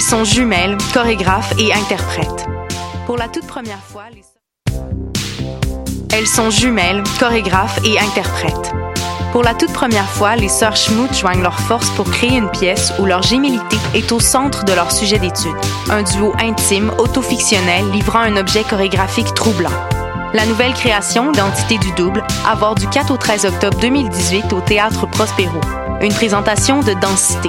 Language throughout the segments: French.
sont jumelles, chorégraphes et interprètes. Pour la toute première fois, les... Elles sont jumelles, chorégraphes et interprètes. Pour la toute première fois, les sœurs Schmout joignent leurs forces pour créer une pièce où leur gémellité est au centre de leur sujet d'étude. Un duo intime, autofictionnel, livrant un objet chorégraphique troublant. La nouvelle création, L'entité du double, à voir du 4 au 13 octobre 2018 au Théâtre Prospero. Une présentation de Densité.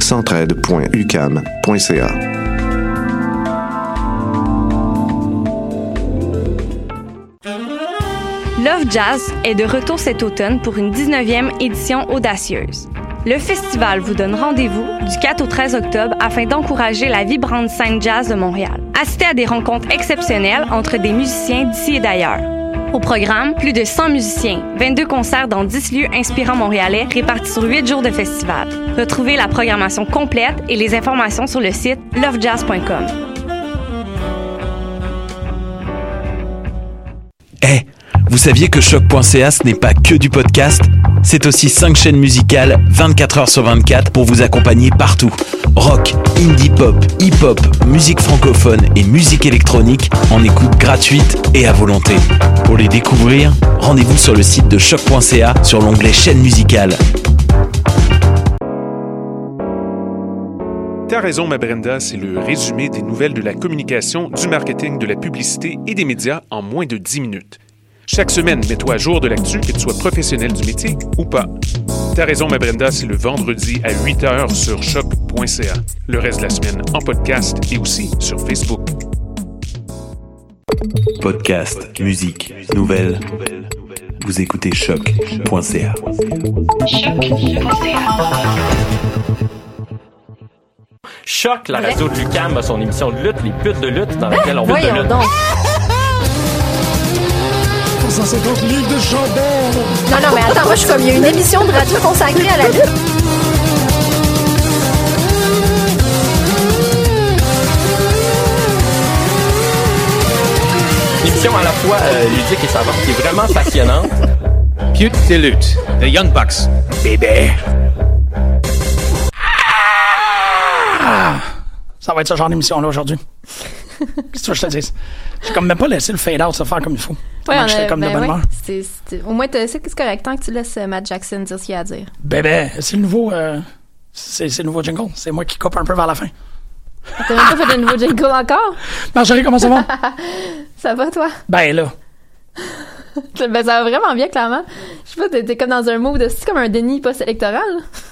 Centraide.ucam.ca. Love Jazz est de retour cet automne pour une 19e édition audacieuse. Le festival vous donne rendez-vous du 4 au 13 octobre afin d'encourager la vibrante scène jazz de Montréal. Assistez à des rencontres exceptionnelles entre des musiciens d'ici et d'ailleurs. Au programme, plus de 100 musiciens, 22 concerts dans 10 lieux inspirants montréalais répartis sur 8 jours de festival. Retrouvez la programmation complète et les informations sur le site lovejazz.com. Eh, vous saviez que choc.ca ce n'est pas que du podcast C'est aussi 5 chaînes musicales 24 heures sur 24 pour vous accompagner partout. Rock, indie pop, hip-hop, musique francophone et musique électronique en écoute gratuite et à volonté. Pour les découvrir, rendez-vous sur le site de choc.ca sur l'onglet chaîne musicale. T'as raison, ma Brenda, c'est le résumé des nouvelles de la communication, du marketing, de la publicité et des médias en moins de 10 minutes. Chaque semaine, mets-toi à jour de l'actu, que tu sois professionnel du métier ou pas. T'as raison, ma Brenda, c'est le vendredi à 8h sur choc.ca. Le reste de la semaine en podcast et aussi sur Facebook. Podcast, musique, nouvelles. Vous écoutez choc.ca. Choc, la radio de Lucam a son émission de lutte, les putes de lutte, dans laquelle on parle de lutte. Non, non, mais attends, moi, je suis comme, il y a une émission de radio consacrée à la lutte. Une émission à la fois euh, ludique et savante, qui est vraiment passionnante. Pute de lutte, The Young Bucks. Bébé. Ça va être ce genre d'émission-là aujourd'hui. Qu'est-ce que je te dis? J'ai comme même pas laissé le fade-out se faire comme il faut. Ouais, Tellement on que j'étais a- comme de ben bonne ouais, humeur. c'est- c'est- Au moins, t'as- c'est c'est correct. Tant que tu laisses euh, Matt Jackson dire ce qu'il a à dire. Bébé, Ben, c'est le nouveau... euh, c'est c'est le nouveau jingle. C'est moi qui coupe un peu vers la fin. T'as même pas fait de nouveau jingle encore? Marjorie, comment ça va? Ça va, toi? ben là, Ben, ça va vraiment bien, clairement. Je sais pas, t'es t'es comme dans un move de... C'est comme un déni post-électoral.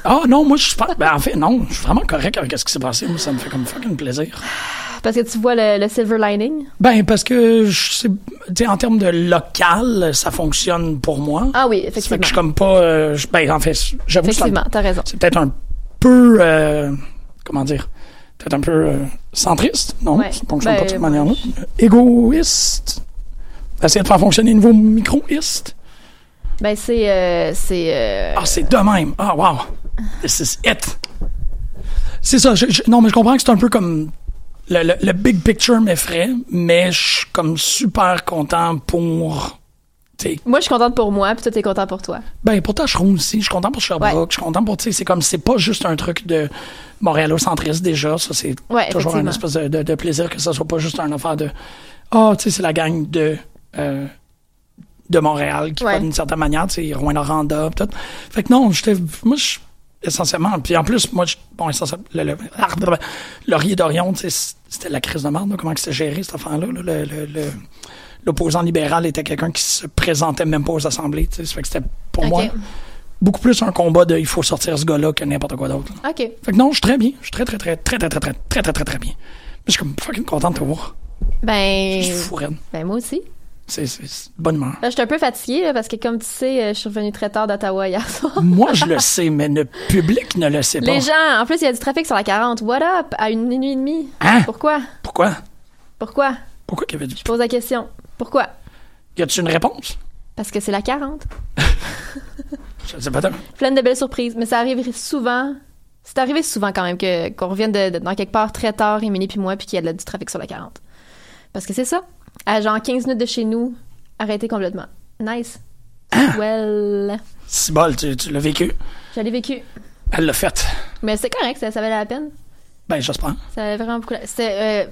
Ah non, moi je suis pas. Ben en fait, non, je suis vraiment correct avec ce qui s'est passé. Moi, ça me fait comme fucking plaisir. Parce que tu vois le, le silver lining. Ben parce que je sais, tu sais, en termes de local, ça fonctionne pour moi. Ah oui, Ça fait que effectivement. je suis comme pas. euh, je- ben en fait, j'avoue que c'est un- Effectivement, t'as raison. c'est peut-être un peu. euh, comment dire Peut-être un peu euh, centriste. Non, Ouais. ça fonctionne pas de cette Ben, manière-là. Égoïste. Essayer de faire fonctionner le nouveau microïste. Ben, c'est... euh, c'est... euh, Ah, c'est de même. Ah, wow. This is it. C'est ça. je- je- non, mais je comprends que c'est un peu comme. Le, le- le big picture m'effraie, mais je suis comme super content pour. tu sais, Moi, je suis contente pour moi, puis toi, t'es content pour toi. Ben, pour Tacheron aussi, je suis content pour Sherbrooke, Ouais. je suis content pour. tu sais, C'est comme, c'est pas juste un truc de montréalocentrisme déjà. Ça, c'est Ouais, toujours un effectivement. espèce de, de- de plaisir que ça soit pas juste un affaire de. Ah, tu sais, c'est la gang de. euh, de Montréal qui Ouais. va d'une certaine manière, tu sais, Rouen Noranda, pis tout. Fait que non, j'étais. Moi, je. Essentiellement. Puis en plus, moi, je- bon, essentiellement. Le, le- ah, blablabla. Laurier d'Orion, tu sais, c- c'était la crise de merde, là, comment que c'était géré, cette affaire-là. là, le- le- le- L'opposant libéral était quelqu'un qui se présentait même pas aux assemblées, tu sais. Ça fait que c'était pour Ok. moi beaucoup plus un combat de il faut sortir ce gars-là que n'importe quoi d'autre. là. OK. Fait que non, je suis très bien. Je suis très, très, très, très, très, très, très, très, très, très, très bien. Mais je suis comme fucking content de te voir. Je Ben... suis fou raide. Ben, moi aussi. C'est c'est- c'est bonne humeur. Là, je suis un peu fatiguée, là, parce que comme tu sais, euh, je suis revenue très tard d'Ottawa hier soir. Moi, je le sais, mais le public ne le sait pas. Les gens, en plus, il y a du trafic sur la 40. What up? À une minuit et demie. Hein? Pourquoi? Pourquoi? Pourquoi? Pourquoi Kevin Dupuis? Je pose la question. Pourquoi? Y a-tu une réponse? Parce que c'est la 40. Je ne sais pas. tant. Plein de belles surprises, mais ça arrive souvent. C'est arrivé souvent quand même que qu'on revienne de, de- dans quelque part très tard, Émilie puis moi, puis qu'il y a de la- du trafic sur la 40. Parce que c'est ça. À genre 15 minutes de chez nous, arrêté complètement. Nice. Hein? Well, Si bol, tu, tu l'as vécu. je l'ai vécu. Elle l'a faite. Mais c'est correct, ça, ça valait la peine. Ben, j'espère. Ça valait vraiment beaucoup la C'était, euh,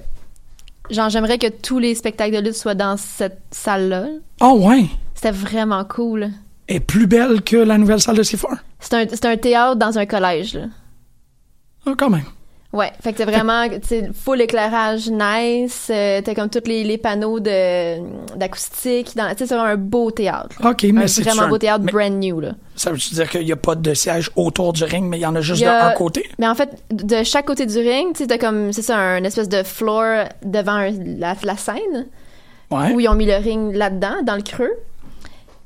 genre, j'aimerais que tous les spectacles de lutte soient dans cette salle-là. Oh, ouais. C'était vraiment cool. Elle est plus belle que la nouvelle salle de C4. C'est un, c'est un théâtre dans un collège, là. Ah, quand même. Ouais, fait que c'est vraiment tu sais, full éclairage nice, euh, t'as comme tous les, les panneaux de d'acoustique, dans- tu sais, c'est vraiment un beau théâtre. là. OK, mais un c'est vraiment beau théâtre mais- brand new là. Ça veut-tu dire qu'il n'y a pas de siège autour du ring, mais il y en a juste Il y a- d'un côté? Mais en fait, de chaque côté du ring, tu sais, t'as comme c'est ça un espèce de floor devant un- la, la scène Ouais. où ils ont mis le ring là-dedans dans le creux.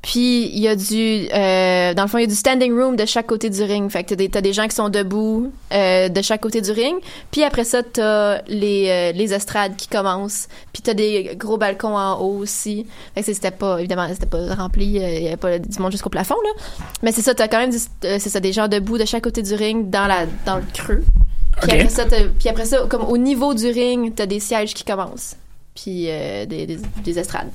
Puis il y a du euh, dans le fond il y a du standing room de chaque côté du ring. Fait que t'as des, t'as des gens qui sont debout euh, de chaque côté du ring. Puis après ça t'as les euh, les estrades qui commencent. Puis t'as des gros balcons en haut aussi. Fait que c'est- c'était pas évidemment c'était pas rempli. euh, Il y avait pas du monde jusqu'au plafond là. Mais c'est ça t'as quand même du- euh, c'est ça des gens debout de chaque côté du ring dans la dans le creux. Puis, Ok. après ça, t'as- puis après ça, comme au niveau du ring, t'as des sièges qui commencent, puis euh, des, des, des estrades.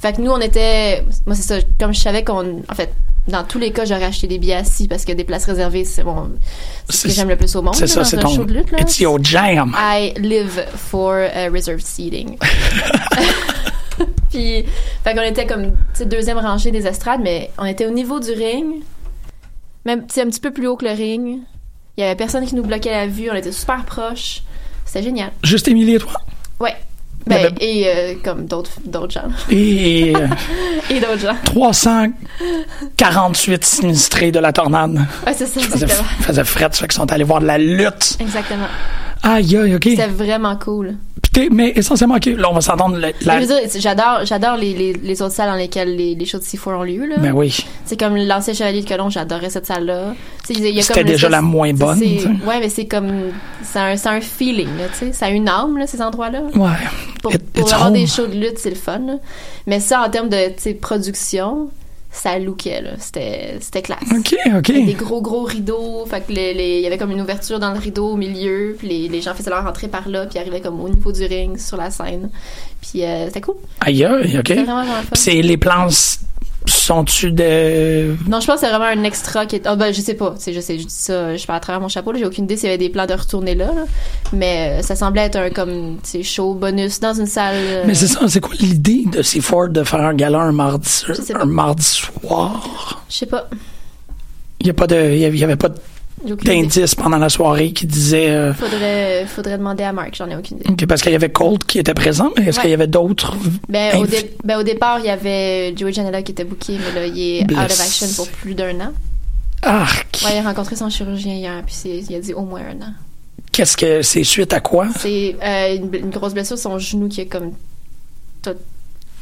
Fait que nous, on était, moi c'est ça, comme je savais qu'on, en fait, dans tous les cas, j'aurais acheté des billets assis parce que des places réservées, c'est bon, c'est ce C'est- que j'aime le plus au monde. C'est là, ça, dans c'est un ton. show de lutte, là. It's your jam. I live for uh, reserved seating. Puis, fait qu'on était comme, tu sais, deuxième rangée des estrades, mais on était au niveau du ring, même, tu sais, un petit peu plus haut que le ring. Il y avait personne qui nous bloquait la vue, on était super proches. C'était génial. Juste Émilie et toi. Ouais. Mais Ben, ben- et euh, comme d'autres d'autres gens. Et euh, Et d'autres gens. 348 sinistrés de la tornade. Ouais, Ah, c'est ça, Faisait, exactement. faisait fret, ça fait qu'ils sont allés voir de la lutte. Exactement. Aïe, aïe, OK. C'était vraiment cool. Puis t'es- mais essentiellement, OK, là, on va s'entendre. le- La... Mais Je veux dire, j'adore, j'adore les, les, les autres salles dans lesquelles les, les shows de C4 ont lieu. Là. Ben oui. C'est comme l'ancien Chevalier de Colomb, j'adorais cette salle-là. Tu sais, il y a comme C'était déjà l'espèce- la moins bonne, c'est- tu sais. Ouais, mais c'est comme. C'est un, c'est un feeling, là, tu sais. Ça a une âme, là, ces endroits-là. Ouais. Pour, It- pour it's avoir home. des shows de lutte, c'est le fun, là. Mais ça, en termes de tu sais, production, ça lookait, là. C'était c'était classe. OK, OK. Il y avait Des gros, gros rideaux. Fait que les, les- il y avait comme une ouverture dans le rideau au milieu. Puis les, les gens faisaient leur entrée par là. Puis arrivaient comme au niveau du ring, sur la scène. Puis euh, c'était cool. Aïe, aïe, OK. C'était vraiment, vraiment fun. Puis c'est les plans s- sont-tu de. Non, je pense que c'est vraiment un extra qui est. Ah, ben, je sais pas. Tu sais, je sais, je dis ça, je parle à travers mon chapeau. là. J'ai aucune idée s'il y avait des plans de retourner là. là. Mais euh, ça semblait être un comme, tu sais, show bonus dans une salle. euh, Mais c'est ça, c'est quoi l'idée de ces Ford de faire un gala un mardi, soir- Je sais pas. un mardi soir? Je sais pas. Il n'y a pas de, il y avait pas J'ai aucune idée. d'indice pendant la soirée qui disait euh, Faudrait, faudrait demander à Marc, j'en ai aucune idée. ok, parce qu'il y avait Colt qui était présent, mais est-ce Ouais. qu'il y avait d'autres Ben, au, invi- dé- ben, au départ, il y avait Joey Janela qui était booké, mais là, il est out of Blessé. action pour plus d'un an. Arc. Ouais, il a rencontré son chirurgien hier, puis c'est- il a dit au moins un an. Qu'est-ce que c'est suite à quoi? C'est euh, une, une grosse blessure, son genou qui est comme. tout-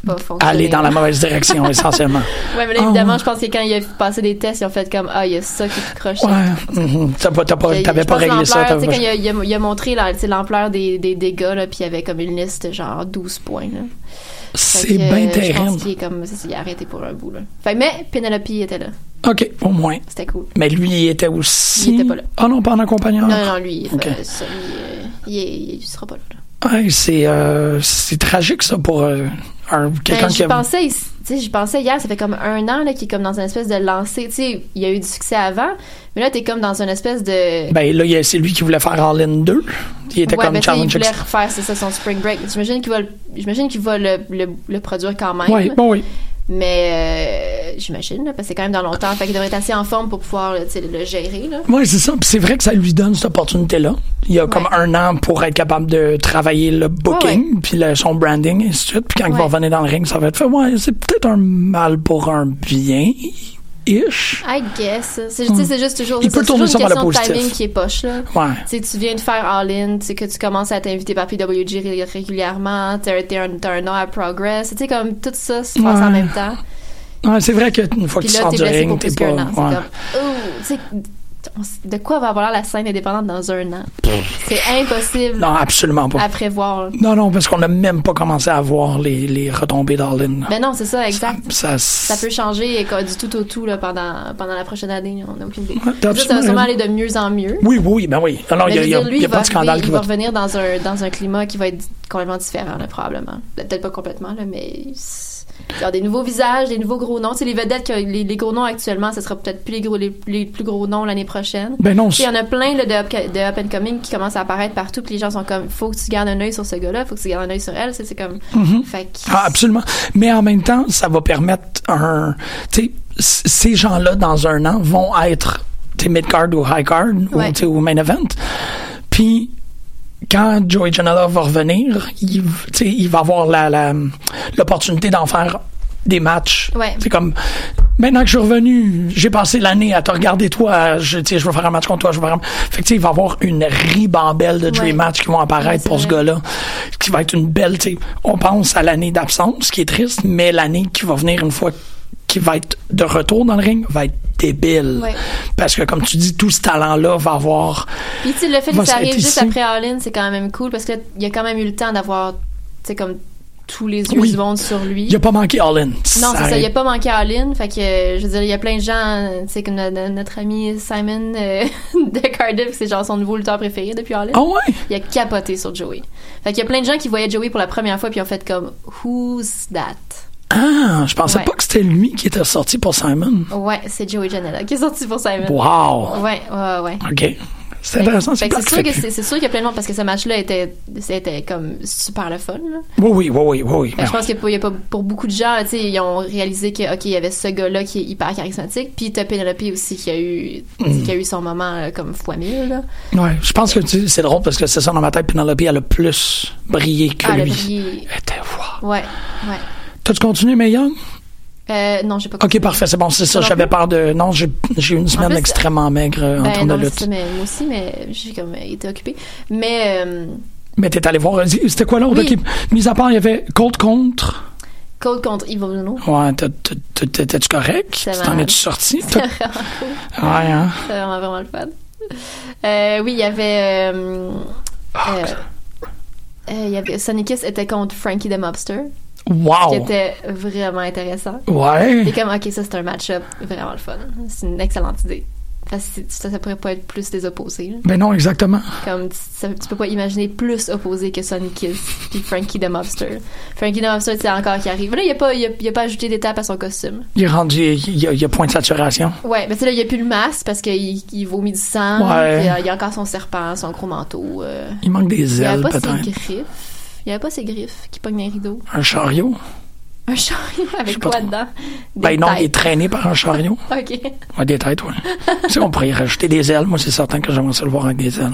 pas fonctionné. Aller dans la mauvaise direction essentiellement. Ouais, mais là, Ah, évidemment, ouais. je pense que quand il a passé des tests, ils ont fait comme Ah, il y a ça qui te croche. Ouais. mhm. T'as pas, t'as pas, Puis, t'avais je pas pense réglé ça. t'avais l'ampleur, tu sais, pas- Quand il a, il a- il a montré la- tu sais, l'ampleur des, des dégâts, là, puis il y avait comme une liste genre 12 points. là. Fait C'est que, bien euh, Je terrible. pense qu'il est comme, c'est ça, il a arrêté pour un bout. Là. Fait, que- mais Penelope était là. Ok, au moins. C'était cool. Mais lui, il était aussi. Il était pas là. Ah non, pas en accompagnant. Non, non, lui, il- Ok. euh, ça, il, euh, il, est- il sera pas là. là. Ouais, c'est, euh, c'est tragique ça pour euh, un- quelqu'un Ben, qui j'y a. pensais, il- tu sais, j'y pensais hier, ça fait comme un an là, qu'il est comme dans une espèce de lancée. Tu sais, il y a eu du succès avant, mais là, t'es comme dans une espèce de. Ben là, il y a- c'est lui qui voulait faire All-In 2. Il était Ouais, comme ben, tu sais, Challenge il voulait Ex- refaire, c'est ça, son Spring Break. J'imagine qu'il va, le, j'imagine qu'il va le, le- le produire quand même. Oui, bon, ben oui. Mais euh, j'imagine, là, parce que c'est quand même dans longtemps. Fait qu'il devrait être assez en forme pour pouvoir là, tu sais, le gérer. Là. Oui, c'est ça. Puis c'est vrai que ça lui donne cette opportunité-là. Il a comme Ouais. un an pour être capable de travailler le booking, puis le- son branding, et ainsi de suite. Puis quand il va Ouais. revenir dans le ring, ça va être fait. Ouais, c'est peut-être un mal pour un bien-ish. I guess. C'est, tu sais, c'est juste toujours, Hmm. Il c'est peut toujours tourner une ça question vers le de positif. timing qui est poche. Là. Ouais. Tu sais, tu viens de faire All-In, tu sais, que tu commences à t'inviter par PWG ré- régulièrement, t'as t'as un, t'as un nom à Progress, tu sais, comme tout ça se passe en Ouais. même temps. Ouais, c'est vrai qu'une fois Puis qu'il là, sort t'es du blessé ring, pour t'es plus pas. qu'un an. C'est ouais. comme, oh, tu sais, on s- de quoi va avoir la scène indépendante dans un an? C'est impossible Non, absolument pas. à prévoir. Non, non, parce qu'on n'a même pas commencé à voir les, les retombées d'Arlene. Mais Ben non, c'est ça, exact. Ça, Ça peut changer et quoi, du tout au tout là, pendant, pendant la prochaine année. On n'a aucune idée. Ouais, t'as Ça, ça va absolument sûrement aller raison. de mieux en mieux. Oui, oui, ben oui. Alors, Mais il je veux n'y a, dire, lui, y a il pas de scandale arriver- qui il va va... revenir dans un, dans un climat qui va être complètement différent, là, probablement. Peut-être pas complètement, là, mais c'est- il y aura des nouveaux visages, des nouveaux gros noms. Tu sais, les vedettes, que- les, les gros noms actuellement, ce sera peut-être plus les, gros, les, les plus gros noms l'année prochaine. Ben non, Puis il y en a plein là, de, up, de up and coming qui commencent à apparaître partout, puis les gens sont comme, faut que tu gardes un œil sur ce gars-là, faut que tu gardes un œil sur elle, Tu sais, c'est comme, Mhm. fait que- Ah, absolument. Mais en même temps, ça va permettre un. Tu sais, c- ces gens-là, dans un an, vont être tu sais, mid-card ou high-card ou, Ouais. tu sais, ou main event. Puis, quand Joey Janela va revenir, il, v- tu sais, il va avoir la- la- l'opportunité d'en faire des matchs. Ouais. C'est comme. Maintenant que je suis revenu, j'ai passé l'année à te regarder toi, je, tu sais, je veux faire un match contre toi, je veux faire un... Fait que, tu sais, il va y avoir une ribambelle de dream Ouais. matchs qui vont Ouais, apparaître c'est pour ce vrai. gars-là, qui va être une belle. tu sais, On pense à l'année d'absence, ce qui est triste, mais l'année qui va venir une fois qu'il va être de retour dans le ring va être débile. Ouais. Parce que, comme tu dis, tout ce talent-là va avoir. Puis tu sais, le fait Moi, que ça ça a arrive été juste ici. après All-In, c'est quand même cool parce que là, il y a quand même eu le temps d'avoir, tu sais, comme tous les yeux Oui. du monde sur lui. Il a pas manqué All-In. Non, c'est ça. Il a pas manqué à all Fait que, euh, je veux dire, il y a plein de gens, euh, tu sais, comme no- no- notre ami Simon euh, de Cardiff, c'est genre son nouveau lutteur préféré depuis all Ah ouais? Il a capoté sur Joey. Fait qu'il y a plein de gens qui voyaient Joey pour la première fois puis ont fait comme, who's that? Ah, je pensais Ouais. pas que c'était lui qui était sorti pour Simon. Ouais, c'est Joey Janela qui est sorti pour Simon. Wow! Ouais, ouais, ouais. OK. C'est intéressant. Fait C'est que plate c'est que sûr ça que fait c'est c'est sûr qu'il y a plein de monde parce que ce match-là était, c'était comme super le fun. là. plus. Oui, oui, oui, oui. oui. Ben, je pense que pour, il y a pas- pour beaucoup de gens, là, tu sais, ils ont réalisé que ok, il y avait ce gars-là qui est hyper charismatique, puis t'as Penelope aussi qui a eu, Mm. qui a eu son moment là, comme fois mille. Là. Ouais, je pense que tu- c'est drôle parce que c'est ça dans ma tête. Penelope, elle a plus brillé que Ah, le lui. prix. Elle était wow. Ouais, ouais. T'as-tu continué, mais Young? Euh, non, j'ai pas. Ok, parfait, c'est bon, c'est ça. Non J'avais plus. peur de. Non, j'ai j'ai eu une semaine plus, extrêmement maigre euh, en Ben termes non, de c'est lutte. ça, mais moi aussi, mais j'ai comme été occupée. Mais euh, Mais t'es allé voir. euh, C'était quoi l'autre Oui. équipe? Mis à part, il y avait Cold contre. Cold contre Ivo Bruno, Ouais, t'as- t'as- t'as- t'étais-tu correct? Ça Tu va. t'en es-tu sorti? c'est T'as- vraiment cool. Ouais, hein? C'est vraiment, vraiment le fun. Euh, oui, il y avait. euh, euh, euh, il y avait Sonic Kiss était contre Frankie the Mobster, qui Wow! était vraiment intéressant. Ouais! Et comme, ok, ça c'est un match-up vraiment le fun. C'est une excellente idée. Parce que c'est- ça, ça pourrait pas être plus des opposés. là. Ben non, exactement. Comme, tu- ça- tu peux pas imaginer plus opposés que Sonic Kiss puis Frankie the Mobster. Frankie the Mobster, c'est encore qui arrive. Là, il a pas, il a, il a pas ajouté d'étape à son costume. Il est rendu. Il y a, il y a point de saturation. Ouais, mais c'est là, il a plus le masque parce qu'il il vomit du sang. Ouais. puis, euh, il a encore son serpent, son gros manteau. euh. Il manque des Il avait ailes, pas ses peut-être. griffes. Il avait pas ses griffes qui pognent les rideaux. Un chariot? Un chariot Je sais avec pas quoi trop. dedans? Des Ben non, il est têtes. traîné par un chariot. Ok. Ouais, des têtes, ouais. tu sais, on pourrait y rajouter des ailes. Moi, c'est certain que j'aimerais ça le voir avec des ailes.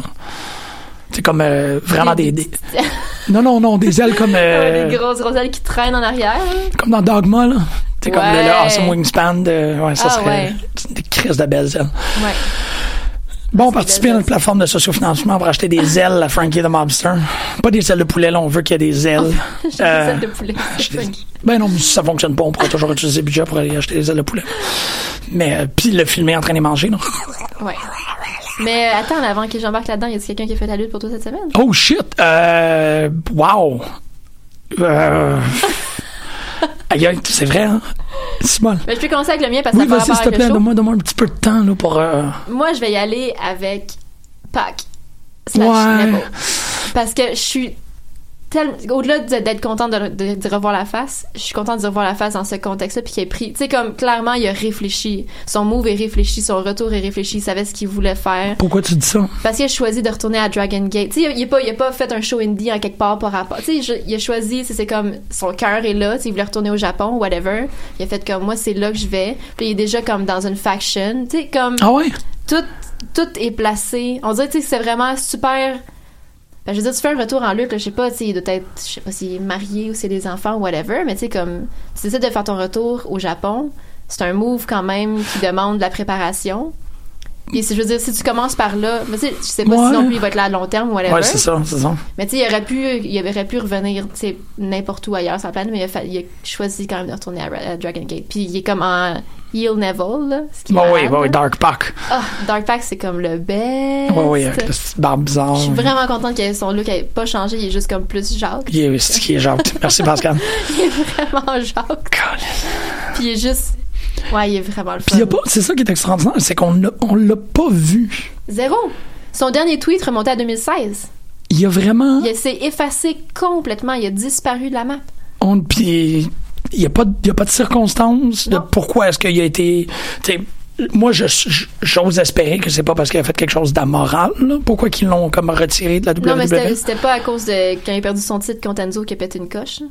C'est comme euh, vraiment des, des- Non, non, non, des ailes comme. euh, Des grosses grosses ailes qui traînent en arrière. là. comme dans Dogma, là. C'est comme euh, le, le Ouais. Awesome Wingspan. De, ouais, ça Ah, serait ouais. c'est des crises de belles ailes. Ouais. Bon, des participer à belles une plateforme de sociofinancement pour acheter des ailes à Frankie the Mobster. Pas des ailes de poulet, là, on veut qu'il y ait des ailes. J'ai Euh, des ailes de poulet. acheter des- Ben non, mais si ça fonctionne pas, on pourra toujours utiliser le budget pour aller acheter des ailes de poulet. Mais, euh, puis le filmer en train de les manger, non? Ouais. Mais euh, attends, avant que j'embarque là-dedans, y a quelqu'un qui a fait la lutte pour toi cette semaine? Oh shit! Euh. Wow! Euh. Aïe, aïe, c'est vrai, hein? C'est bon. Ben, je peux commencer avec le mien parce que Oui, ça a pas vas-y, rapport s'il te avec le plaît, show. donne-moi donne-moi un petit peu de temps, là, pour. euh, Moi, je vais y aller avec Pac. slash Ouais. Nebo. Parce que je suis tellement. Au-delà de- d'être contente de, de, d'y revoir la face, je suis contente de revoir la face dans ce contexte-là, puis qu'il ait pris. Tu sais, comme clairement, il a réfléchi. Son move est réfléchi, son retour est réfléchi, il savait ce qu'il voulait faire. Pourquoi tu dis ça? Parce qu'il a choisi de retourner à Dragon Gate. Tu sais, il a pas, il a pas fait un show indie en quelque part par rapport. Tu sais, je- il a choisi, c'est- c'est comme son cœur est là. Tu sais, il voulait retourner au Japon, whatever. Il a fait comme moi, c'est là que je vais. Puis il est déjà comme dans une faction. Tu sais, comme Ah ouais? tout, tout est placé. On dirait, tu sais, que c'est vraiment super. Ben, je veux dire, tu fais un retour en lutte, là, je sais pas, tu sais, il doit être, je sais pas s'il est marié ou s'il a des enfants ou whatever, mais tu sais, comme, tu décides de faire ton retour au Japon, c'est un move quand même qui demande de la préparation. Et si, je veux dire, si tu commences par là, mais tu sais, je sais pas Ouais. si non plus il va être là à long terme ou whatever. Ouais, c'est ça, c'est ça. mais tu sais, il aurait pu, il aurait pu revenir, tu sais, n'importe où ailleurs sur la planète, mais il a, fa- il a choisi quand même de retourner à, Ra- à Dragon Gate. Puis il est comme en, Heel Neville, là, ce qui est Bon, oui, malade, bon, oui, là. Dark Pack. Ah, Dark Pack, c'est comme le best. Oui, oui, avec la petite barbe bizarre. Je suis vraiment contente que son look n'ait pas changé, il est juste comme plus Jacques. Il est, c'est qui est gentil. Merci, Pascal. Il est vraiment Jacques. Puis il est juste. Ouais, il est vraiment le fun. Puis il y a pas, c'est ça qui est extraordinaire, c'est qu'on ne- on l'a pas vu. Zéro. Son dernier tweet remontait à 2016. Il y a vraiment, Il s'est effacé complètement, il a disparu de la map. on, puis il y a pas, de- il y a pas de circonstances de Non. pourquoi est-ce qu'il a été, tu sais, moi, je- je- j'ose espérer que c'est pas parce qu'il a fait quelque chose d'amoral, là. Pourquoi qu'ils l'ont comme retiré de la E. Non, mais c'était WWE? c'était pas à cause de quand il a perdu son titre contre Enzo qui a pété une coche.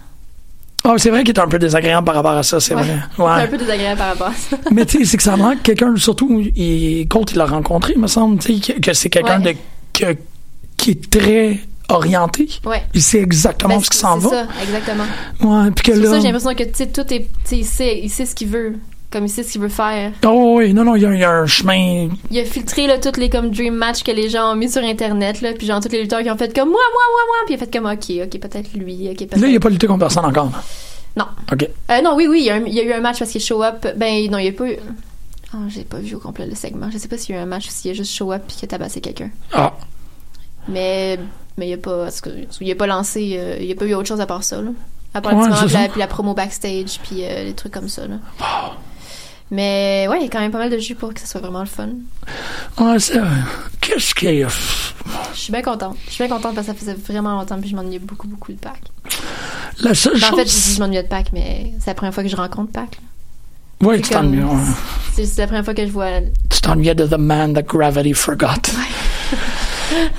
Ah, c'est vrai qu'il est un peu désagréable par rapport à ça, c'est Ouais. vrai. C'est un peu désagréable par rapport à ça. Mais tu sais, c'est que ça manque quelqu'un, surtout, il, Colt, il l'a rencontré, il me semble, tu sais, que, que c'est quelqu'un Ouais. de, que- qui est très orienté. Ouais. Il sait exactement Ben, ce qui s'en c'est va. ça, exactement. Ouais, puis que C'est pour ça là. j'ai l'impression que tu sais, tout est. tu sais, Il sait, il sait ce qu'il veut. Comme il sait ce qu'il veut faire. Oh oui, non, non, il y, a- il y a un chemin. Il a filtré là, toutes les comme dream match que les gens ont mis sur internet. Là, puis genre tous les lutteurs qui ont fait comme moi, moi, moi, moi. Puis il a fait comme ok, ok, peut-être lui, ok, peut-être. Là, il a pas lutté contre personne encore. Non. OK. Euh, non, oui, oui, il y, a un- il y a eu un match parce qu'il show up. Ben non, il y a pas eu. Oh, j'ai pas vu au complet le segment. Je sais pas s'il y a eu un match ou s'il y a juste show up puis qu'il a tabassé quelqu'un. Ah, Mais, mais il a pas, parce que- il a pas lancé, euh, il a pas eu autre chose à part ça, là. À part Ouais, le petit moment, c'est puis ça. la, puis la promo backstage, puis euh, les trucs comme ça, là. Mais ouais, il y a quand même pas mal de jus pour que ça soit vraiment le fun. ouais, c'est vrai. Ah, Qu'est-ce qu'il a. Je suis bien contente. Je suis bien contente parce que ça faisait vraiment longtemps puis je m'ennuyais beaucoup, beaucoup de Pac. La seule Ben, en chose. fait, je dis je m'ennuyais de Pac, mais c'est la première fois que je rencontre Pac. là. ouais, c'est tu t'ennuies. comme- ouais. C'est c'est la première fois que je vois... Tu t'ennuyais de The Man That Gravity Forgot.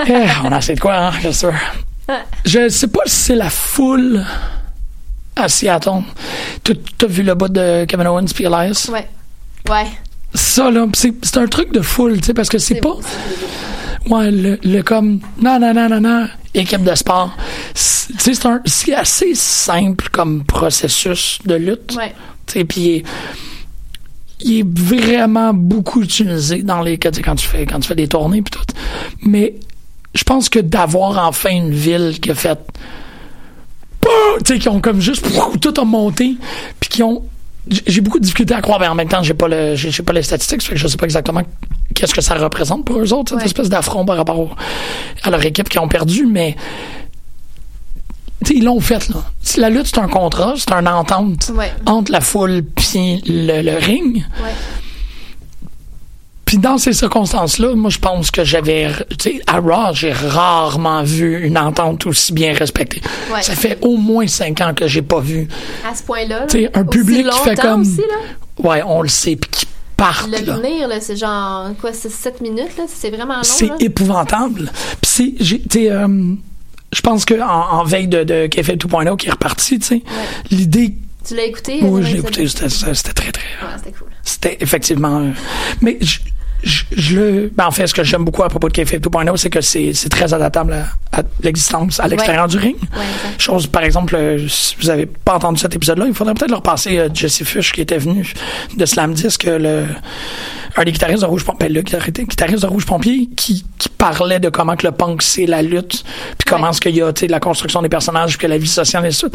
Eh, on a assez de quoi, hein, bien sûr. Je sais pas si c'est la foule à Seattle. Tu as vu le bout de Kevin Owens puis Elias? Ouais. Ouais. Ça, là, c'est c'est un truc de foule, tu sais, parce que c'est pas. beau, c'est beau. Ouais, le, le comme non, non, non, non, non, équipe de sport. C'est tu sais, c'est un- c'est assez simple comme processus de lutte. Ouais. Tu sais, Puis il est- il est vraiment beaucoup utilisé dans les cas tu sais, quand tu fais quand tu fais des tournées puis tout. Mais je pense que d'avoir enfin une ville qui a fait Pouh! tu sais qui ont comme juste pouh, tout a monté puis qui ont j'ai- j'ai beaucoup de difficultés à croire mais en même temps j'ai pas le j'ai j'ai pas les statistiques ça fait que je sais pas exactement qu'est-ce que ça représente pour eux autres cette Ouais. espèce d'affront par rapport au- à leur équipe qui ont perdu mais tu sais, ils l'ont fait là Si la lutte c'est un contrat c'est une entente Ouais. entre la foule puis le, le ring Ouais. puis dans ces circonstances-là, moi, je pense que j'avais, tu sais, à Raw, j'ai rarement vu une entente aussi bien respectée. Ouais. Ça fait au moins cinq ans que j'ai pas vu. À ce point-là, là, Tu sais, un aussi public qui fait longtemps comme, aussi, là. ouais, on le sait, puis qui partent. Le là. venir, là, c'est genre, quoi, c'est 7 minutes, là? C'est vraiment long, C'est là. épouvantable. Puis c'est, j'ai- tu sais, euh, je pense que en, en veille de, de KFL 2.0 qui est reparti, tu sais, l'idée, Tu l'as oui, écouté? je Zéro l'ai Insolite? écouté, c'était c'était très, très. Ouais, c'était cool. C'était effectivement. euh, Mais je, je, je le. ben, en fait, ce que j'aime beaucoup à propos de KFF 2.0, oh, c'est que c'est c'est très adaptable à, à l'existence, à l'extérieur du ring. Ouais, exact. Chose, par exemple, euh, si vous avez pas entendu cet épisode-là, il faudrait peut-être leur passer euh, Jesse Fush qui était venu de Slam Disc, euh, le, un des guitaristes de Rouge Pompier, le guitariste guitariste de Rouge Pompier, qui, qui parlait de comment que le punk c'est la lutte, puis comment Ouais. est-ce qu'il y a tu sais, la construction des personnages, puis que la vie sociale et tout.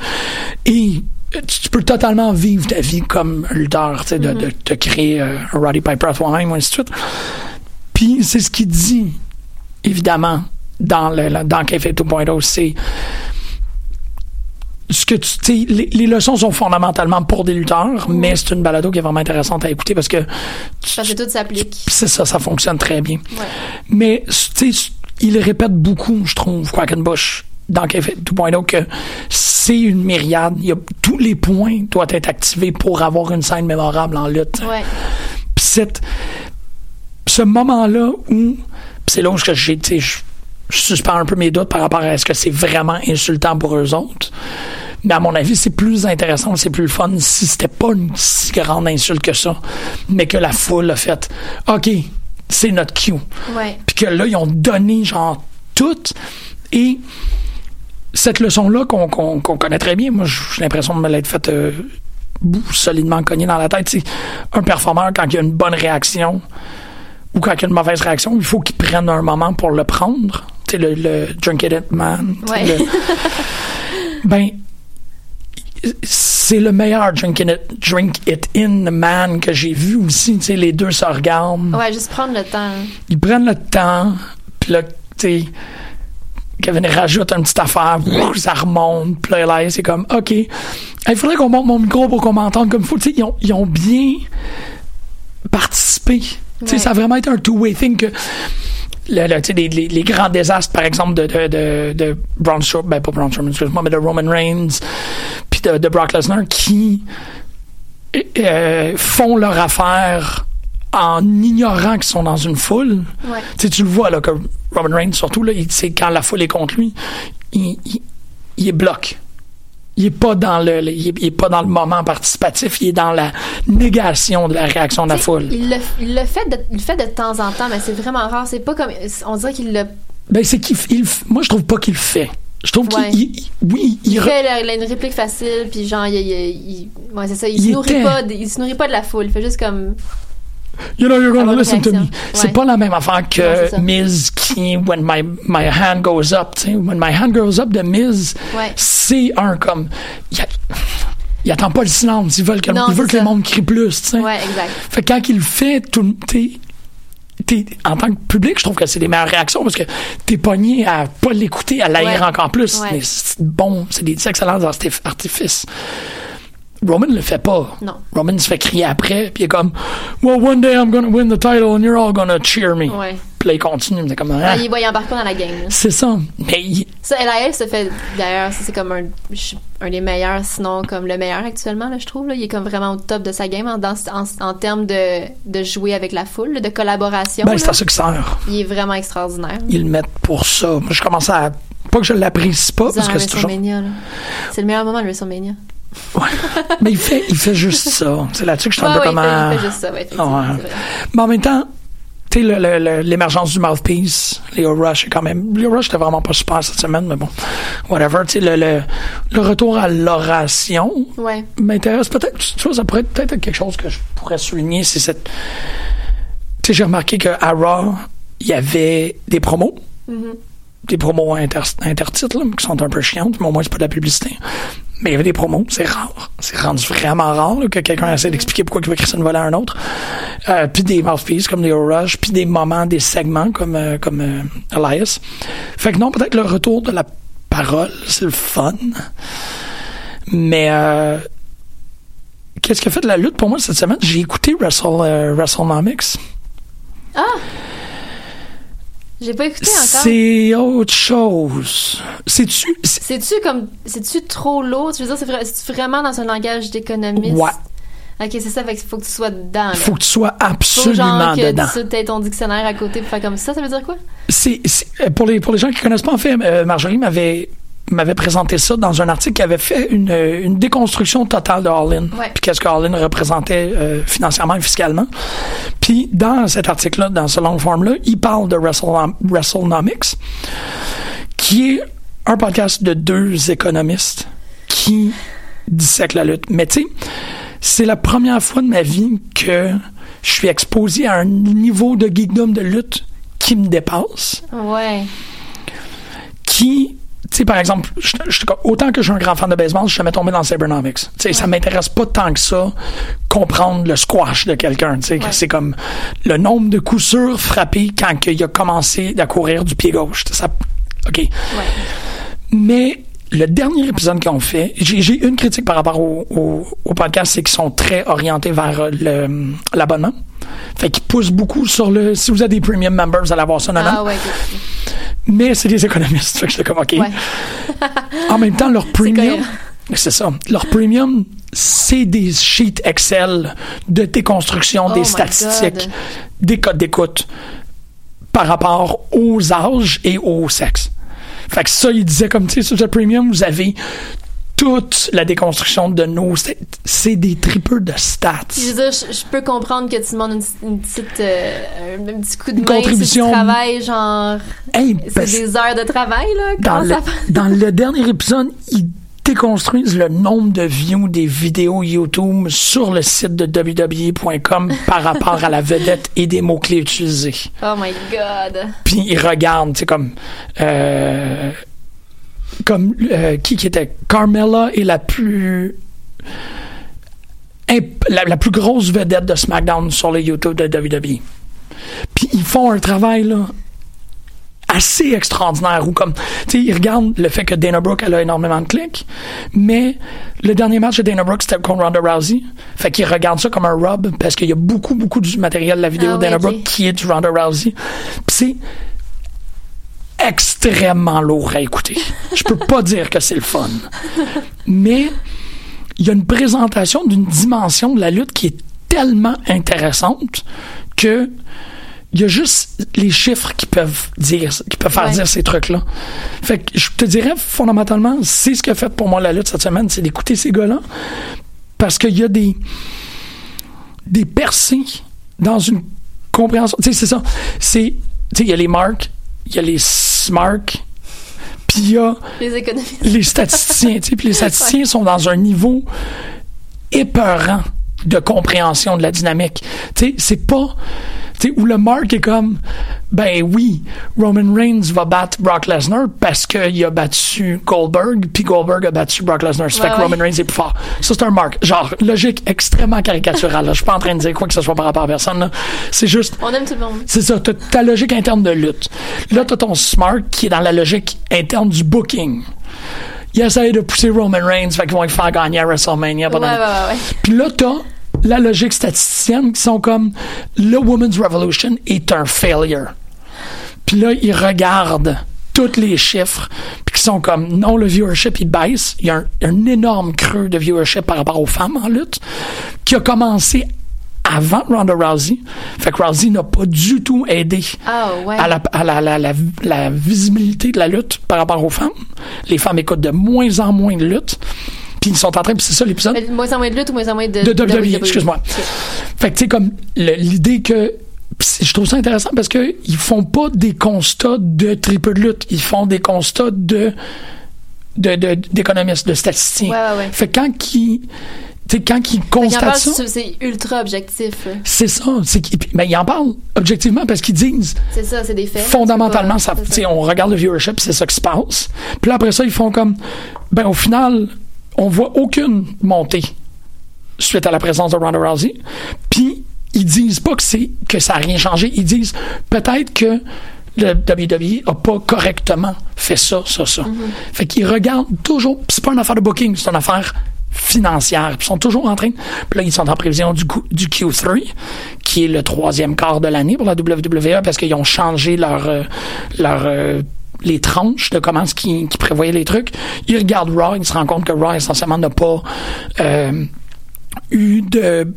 Et euh, tu, tu peux totalement vivre ta vie comme un lutteur, tu sais, Mm-hmm. de, de te créer euh, un Roddy Piper à toi-même, ou ainsi de suite. Puis c'est ce qu'il dit, évidemment, dans le la- dans Café 2.0, c'est ce que tu tu sais, les, les leçons sont fondamentalement pour des lutteurs, mais c'est une balado qui est vraiment intéressante à écouter parce que tu- Parce que tout s'applique. Pis c'est ça, ça fonctionne très bien. Ouais. Mais, tu sais, il répète beaucoup, je trouve, Quackenbush, dans Café 2.0, que c'est une myriade. Il y a, tous les points doivent être activés pour avoir une scène mémorable en lutte. Ouais. Puis cette- ce moment-là où pis c'est là où que j'ai, tu sais, je je suspends un peu mes doutes par rapport à est-ce que c'est vraiment insultant pour eux autres. Mais à mon avis, c'est plus intéressant, c'est plus le fun si c'était pas une si grande insulte que ça, mais que la foule a fait OK, c'est notre cue. Ouais. Puis que là, ils ont donné, genre, tout. Et cette leçon-là qu'on qu'on- qu'on connaît très bien, moi, j'ai l'impression de me l'être faite euh, bou- solidement cognée dans la tête. C'est un performeur, quand il y a une bonne réaction ou quand il y a une mauvaise réaction, il faut qu'il prenne un moment pour le prendre. Tu sais, le, le Drunk It Up Man. tu sais, Ouais. le- ben, c'est le meilleur drink, in it, drink It In Man que j'ai vu aussi. Tu sais, les deux se regardent. Ouais, juste prendre le temps. Ils prennent le temps, puis là, tu sais, Kevin rajoute une petite affaire, ça remonte, puis là, c'est comme, OK, il faudrait qu'on monte mon micro pour qu'on m'entende comme faut. Tu sais, ils ont, ils ont bien participé. Tu sais, Ouais. ça a vraiment été un two-way thing que le- le- tu sais, les, les- les grands désastres, par exemple, de, de, de, de Braun Strowman, ben pas Braun Strowman, excuse-moi, mais de Roman Reigns, puis de, de Brock Lesnar, qui euh, font leur affaire en ignorant qu'ils sont dans une foule. Ouais. Tu sais, tu le vois, là, que Roman Reigns, surtout, là, il- c'est quand la foule est contre lui, il, il, il est bloqué il est pas dans le, le- il, est, il est pas dans le moment participatif, il est dans la négation de la réaction de la Tu sais, foule. Il le, il le fait de, il le fait de temps en temps, mais c'est vraiment rare. C'est pas comme. On dirait qu'il le Ben c'est qu'il, f- il f- moi je trouve pas qu'il le fait. Je trouve Ouais. qu'il, il- il- oui, il, il re- fait la- la- une réplique facile, puis genre, il. il- il- ouais, c'est ça. Il, Il se nourrit était- pas, de- il se nourrit pas de la foule. Il fait juste comme. you know you're gonna Avoir une listen to me. réaction. C'est Ouais. pas la même affaire Non, c'est que ça. Miz qui when my my hand goes up, tu sais, when my hand goes up de Miz, Ouais. c'est un comme, il, a- il attend pas le silence, il veut que, Non, il veut c'est que le ça. monde crie plus, tu sais. Ouais, exact. Fait que quand il le fait, tout le- t'es- t'es- en tant que public, je trouve que c'est des meilleures réactions parce que t'es pogné à pas l'écouter, à l'haïr Ouais. encore plus. Ouais. Mais c'est bon, c'est des excellents artif- artifices. Roman le fait pas. Non. Roman se fait crier après, puis il est comme Well, one day I'm gonna win the title and you're all gonna cheer me. Ouais. Puis là, il continue, c'est comme Ah, Ouais, il, ouais, il embarque pas dans la game. là. C'est ça. Mais il- Ça, LAL se fait. D'ailleurs, ça, c'est comme un, je- un des meilleurs, sinon comme le meilleur actuellement, là, je trouve. Là. Il est comme vraiment au top de sa game en, dans- en, en termes de, de jouer avec la foule, là, de collaboration. ben, là. c'est à ça que ça sert. Il est vraiment extraordinaire. Ils le mettent pour ça. Moi, je commence à. Pas que je l'apprécie pas, parce Durant que c'est toujours. WrestleMania, là. C'est le meilleur moment de WrestleMania. Mais il fait, il fait juste ça. C'est là-dessus que je suis un Ah peu ouais, il comme fait- ah. il fait juste ça, ouais, effectivement, Ouais. c'est vrai. Mais en même temps, tu sais, le- le- le- l'émergence du mouthpiece, Leo Rush est quand même. Leo Rush était vraiment pas super cette semaine, mais bon, whatever. Tu sais, le, le, le retour à l'oration Ouais. m'intéresse peut-être. Tu vois, ça pourrait peut-être être quelque chose que je pourrais souligner, c'est cette. Tu sais, j'ai remarqué qu'à Raw, il y avait des promos. Des promos inter- intertitres, là, qui sont un peu chiantes, mais au moins, c'est pas de la publicité. Mais il y avait des promos, c'est rare. C'est rendu vraiment rare là, que quelqu'un essaie d'expliquer pourquoi il va crisser une volée à un autre. Euh, puis des mouthpieces comme les Rush, puis des moments, des segments comme, euh, comme euh, Elias. Fait que non, peut-être le retour de la parole, c'est le fun. Mais euh, qu'est-ce que fait de la lutte pour moi cette semaine? J'ai écouté Wrestle, euh, WrestleNomics. Ah! J'ai pas écouté encore. C'est autre chose. C'est-tu. c'est- C'est-tu comme. C'est-tu trop lourd? Je veux dire, c'est vra- c'est-tu vraiment dans un langage d'économiste? Ouais. Ok, c'est ça, fait qu'il faut que tu sois dedans. là. Faut que tu sois Faut absolument genre que dedans. tu aies ton dictionnaire à côté pour faire comme ça, ça veut dire quoi? C'est, c'est- euh, pour, les, pour les gens qui connaissent pas, en fait, euh, Marjorie m'avait m'avait présenté ça dans un article qui avait fait une, euh, une déconstruction totale de All-In, Ouais. puis qu'est-ce que All-In représentait euh, financièrement et fiscalement. Puis dans cet article-là, dans ce long form-là, il parle de Wrestle- WrestleNomics, qui est un podcast de deux économistes qui dissèquent la lutte. Mais tu sais, c'est la première fois de ma vie que je suis exposé à un niveau de geekdom de lutte qui me dépasse, Ouais. qui, tu sais, par exemple, je- je- autant que je suis un grand fan de baseball, je suis jamais tombé dans Cybernomics. Tu sais, ça m'intéresse pas tant que ça, comprendre le squash de quelqu'un, tu sais, que c'est comme le nombre de coups sûrs frappés quand que il a commencé à courir du pied gauche. Ça, OK. Mais le dernier épisode qu'ils ont fait, j'ai j'ai une critique par rapport au, au- au podcast, c'est qu'ils sont très orientés vers euh, le- l'abonnement. Fait qu'ils poussent beaucoup sur le. Si vous avez des premium members, vous allez avoir ça, non, Ah non. ouais, ok. Mais c'est des économistes. Fait que j'étais comme, OK. Ouais. en même temps, leur premium. cohérent. C'est ça. Leur premium, c'est des sheets Excel de déconstruction Oh des my statistiques, God. des codes d'écoute par rapport aux âges et au sexe. Fait que ça, il disait comme, tu sais, sur ce premium, vous avez toute la déconstruction de nos... c'est- C'est des tripeux de stats. Je veux dire, je, je peux comprendre que tu demandes une, une petite, euh, un, un petit coup Une de main contribution. si tu travailles, genre, Hey, c'est parce- des heures de travail, là. dans Comment le, ça fait? dans le dernier épisode, ils déconstruisent le nombre de views des vidéos YouTube sur le site de www.com par rapport à la vedette et des mots-clés utilisés. Oh my god. Puis ils regardent, c'est comme... Euh, comme euh, qui qui était Carmella est la plus imp- la, la plus grosse vedette de SmackDown sur les YouTube de WWE. Puis ils font un travail là assez extraordinaire ou comme tu sais ils regardent le fait que Dana Brooke elle a énormément de clics mais le dernier match de Dana Brooke c'était contre Ronda Rousey fait qu'ils regardent ça comme un rub parce qu'il y a beaucoup beaucoup du matériel de la vidéo Ah de ouais, Dana ok. Brooke qui est du Ronda Rousey Puis c'est extrêmement lourd à écouter je peux pas dire que c'est le fun mais il y a une présentation d'une dimension de la lutte qui est tellement intéressante que il y a juste les chiffres qui peuvent dire qui peuvent faire Ouais. dire ces trucs là. Fait que je te dirais fondamentalement, c'est ce que fait pour moi la lutte cette semaine, c'est d'écouter ces gars-là parce qu'il y a des des percées dans une compréhension. Tu sais, c'est ça. C'est tu sais, il y a les marques, il y a les smarks, puis il y a Les économistes. les statisticiens, tu sais, puis les statisticiens sont dans un niveau épeurant de compréhension de la dynamique. Tu sais, c'est pas tu sais, où le mark est comme ben oui, Roman Reigns va battre Brock Lesnar parce qu'il a battu Goldberg, puis Goldberg a battu Brock Lesnar. Ça fait Ouais, que ouais. Roman Reigns est plus fort. Ça, c'est un mark. Genre, logique extrêmement caricaturale. là. Je suis pas en train de dire quoi que ce soit par rapport à personne. là. C'est juste On aime tout le monde. c'est ça, t'as ta logique interne de lutte. Là, t'as ton smart qui est dans la logique interne du booking. Il essaie de pousser Roman Reigns, fait qu'ils vont le faire gagner à WrestleMania. Ouais, ouais, pendant- ouais. ouais. Puis là, t'as la logique statisticienne qui sont comme le Women's Revolution est un failure. Puis là, ils regardent tous les chiffres, puis qui sont comme non, le viewership, il baisse. Il y a un, un énorme creux de viewership par rapport aux femmes en lutte qui a commencé avant Ronda Rousey. Fait que Rousey n'a pas du tout aidé Ah ouais. à, la, à la- la- la- la visibilité de la lutte par rapport aux femmes. Les femmes écoutent de moins en moins de lutte. Puis ils sont en train, puis c'est ça l'épisode Mais moins en moins de lutte ou moins en moins de. E. de WWE, excuse-moi. Fait que tu sais comme le- l'idée que pis c'est- je trouve ça intéressant parce que ils font pas des constats de triple de lutte, ils font des constats de de- de- d'économistes, de, statisticiens. Ouais, ouais, ouais. Fait que quand qui tu sais quand ils Fait qu'il en constatent parle, ça, c'est- c'est ultra objectif. là. c'est ça, c'est qu'ils- puis- mais ils en parlent objectivement parce qu'ils disent C'est ça, Ben, c'est des faits. fondamentalement, C'est ça, pas- c'est tu sais, on regarde le viewership, c'est ça qui se passe. Puis là, après ça, ils font comme, ben au final, on voit aucune montée suite à la présence de Ronda Rousey. Puis ils disent pas que c'est que ça a rien changé. Ils disent peut-être que le WWE a pas correctement fait ça, ça, ça. Fait qu'ils regardent toujours. puis C'est pas une affaire de booking, c'est une affaire financière. Puis Ils sont toujours en train. Puis là, ils sont en prévision du, Q- du Q3, qui est le troisième quart de l'année pour la WWE, parce qu'ils ont changé leur euh, leur euh, les tranches de comment ce qui, qui prévoyaient les trucs. Ils regardent Raw, ils se rendent compte que Raw essentiellement n'a pas euh, eu de.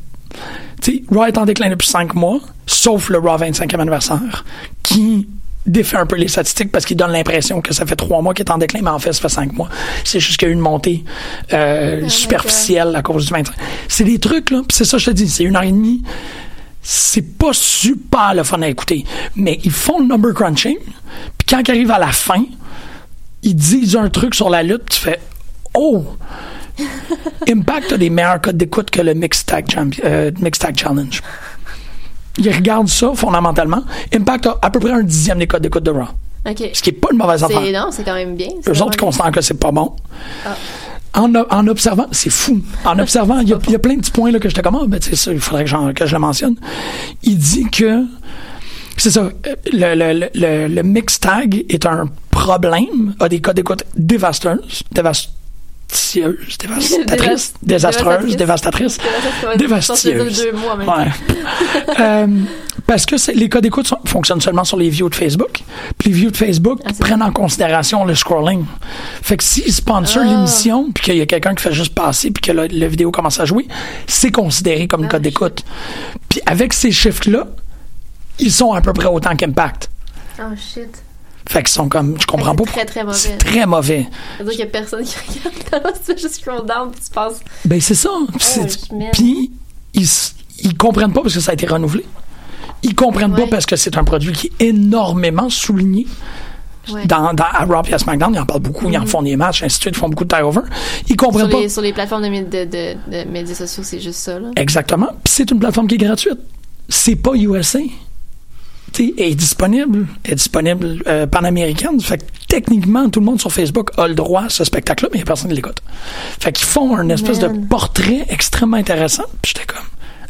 Tu sais, Raw est en déclin depuis cinq mois, sauf le Raw 25e anniversaire, qui défait un peu les statistiques parce qu'il donne l'impression que ça fait trois mois qu'il est en déclin, mais en fait, ça fait cinq mois. C'est juste qu'il y a eu une montée euh, superficielle à cause du 25. C'est des trucs, là, pis c'est ça, que je te dis, c'est une heure et demie. C'est pas super le fun à écouter, mais ils font le number crunching, puis quand ils arrivent à la fin, ils disent un truc sur la lutte, tu fais Oh! Impact a des meilleurs codes d'écoute que le Mixed Tag, Champi- euh, Mixed Tag Challenge. Ils regardent ça fondamentalement. Impact a à peu près un dixième des codes d'écoute de Raw. OK. Ce qui n'est pas une mauvaise affaire. C'est non, c'est quand même bien. c'est Eux vraiment autres bien. considèrent que c'est pas bon. En, o- en observant, c'est fou. En observant, il y, a- il y a plein de petits points là, que j'étais comme, ah, ben, tu sais, ça, il faudrait que, j'en- que je le mentionne. Il dit que, c'est ça, euh, le, le, le- le, le mix tag est un problème, a des codes d'écoute dévasteuses, dévasteuses, dévastatrices, Dévast- désastreuses, dévastatrices, dévastatrices. Dévastatrices. Je pense que dévasteuses. j'ai deux mots en même Ouais. Euh, parce que c'est- les codes d'écoute sont- fonctionnent seulement sur les views de Facebook. Puis les views de Facebook Ah, prennent en considération le scrolling. Fait que s'ils sponsorent Ah. l'émission, puis qu'il y a quelqu'un qui fait juste passer, puis que la, la vidéo commence à jouer, c'est considéré Ah, comme code d'écoute. Puis avec ces chiffres-là, ils sont à peu près autant qu'Impact. Oh shit. Fait qu'ils sont comme, je comprends Fait que pas. pourquoi- C'est c'est très, très mauvais. très mauvais. C'est-à-dire qu'il y a personne qui regarde. tu fais juste scroll down puis tu passes. Ben c'est ça. Puis c'est- Ah je m'aime. Puis ils, s- ils comprennent pas parce que ça a été renouvelé. Ils comprennent pas Ouais. parce que c'est un produit qui est énormément souligné. Ouais. Mm-hmm. Dans, dans, à Raw et à SmackDown, ils en parlent beaucoup, ils en font des matchs, ainsi de suite, ils font beaucoup de tie-over. Ils Sur comprennent pas. les, sur les plateformes de, mé- de, de, de médias sociaux, c'est juste ça, là. Exactement. Puis c'est une plateforme qui est gratuite. C'est pas USA. publicité est disponible, est disponible euh, panaméricaine. Fait que techniquement, tout le monde sur Facebook a le droit à ce spectacle-là, mais personne ne l'écoute. Fait qu'ils font un espèce de portrait extrêmement intéressant. Puis j'étais comme,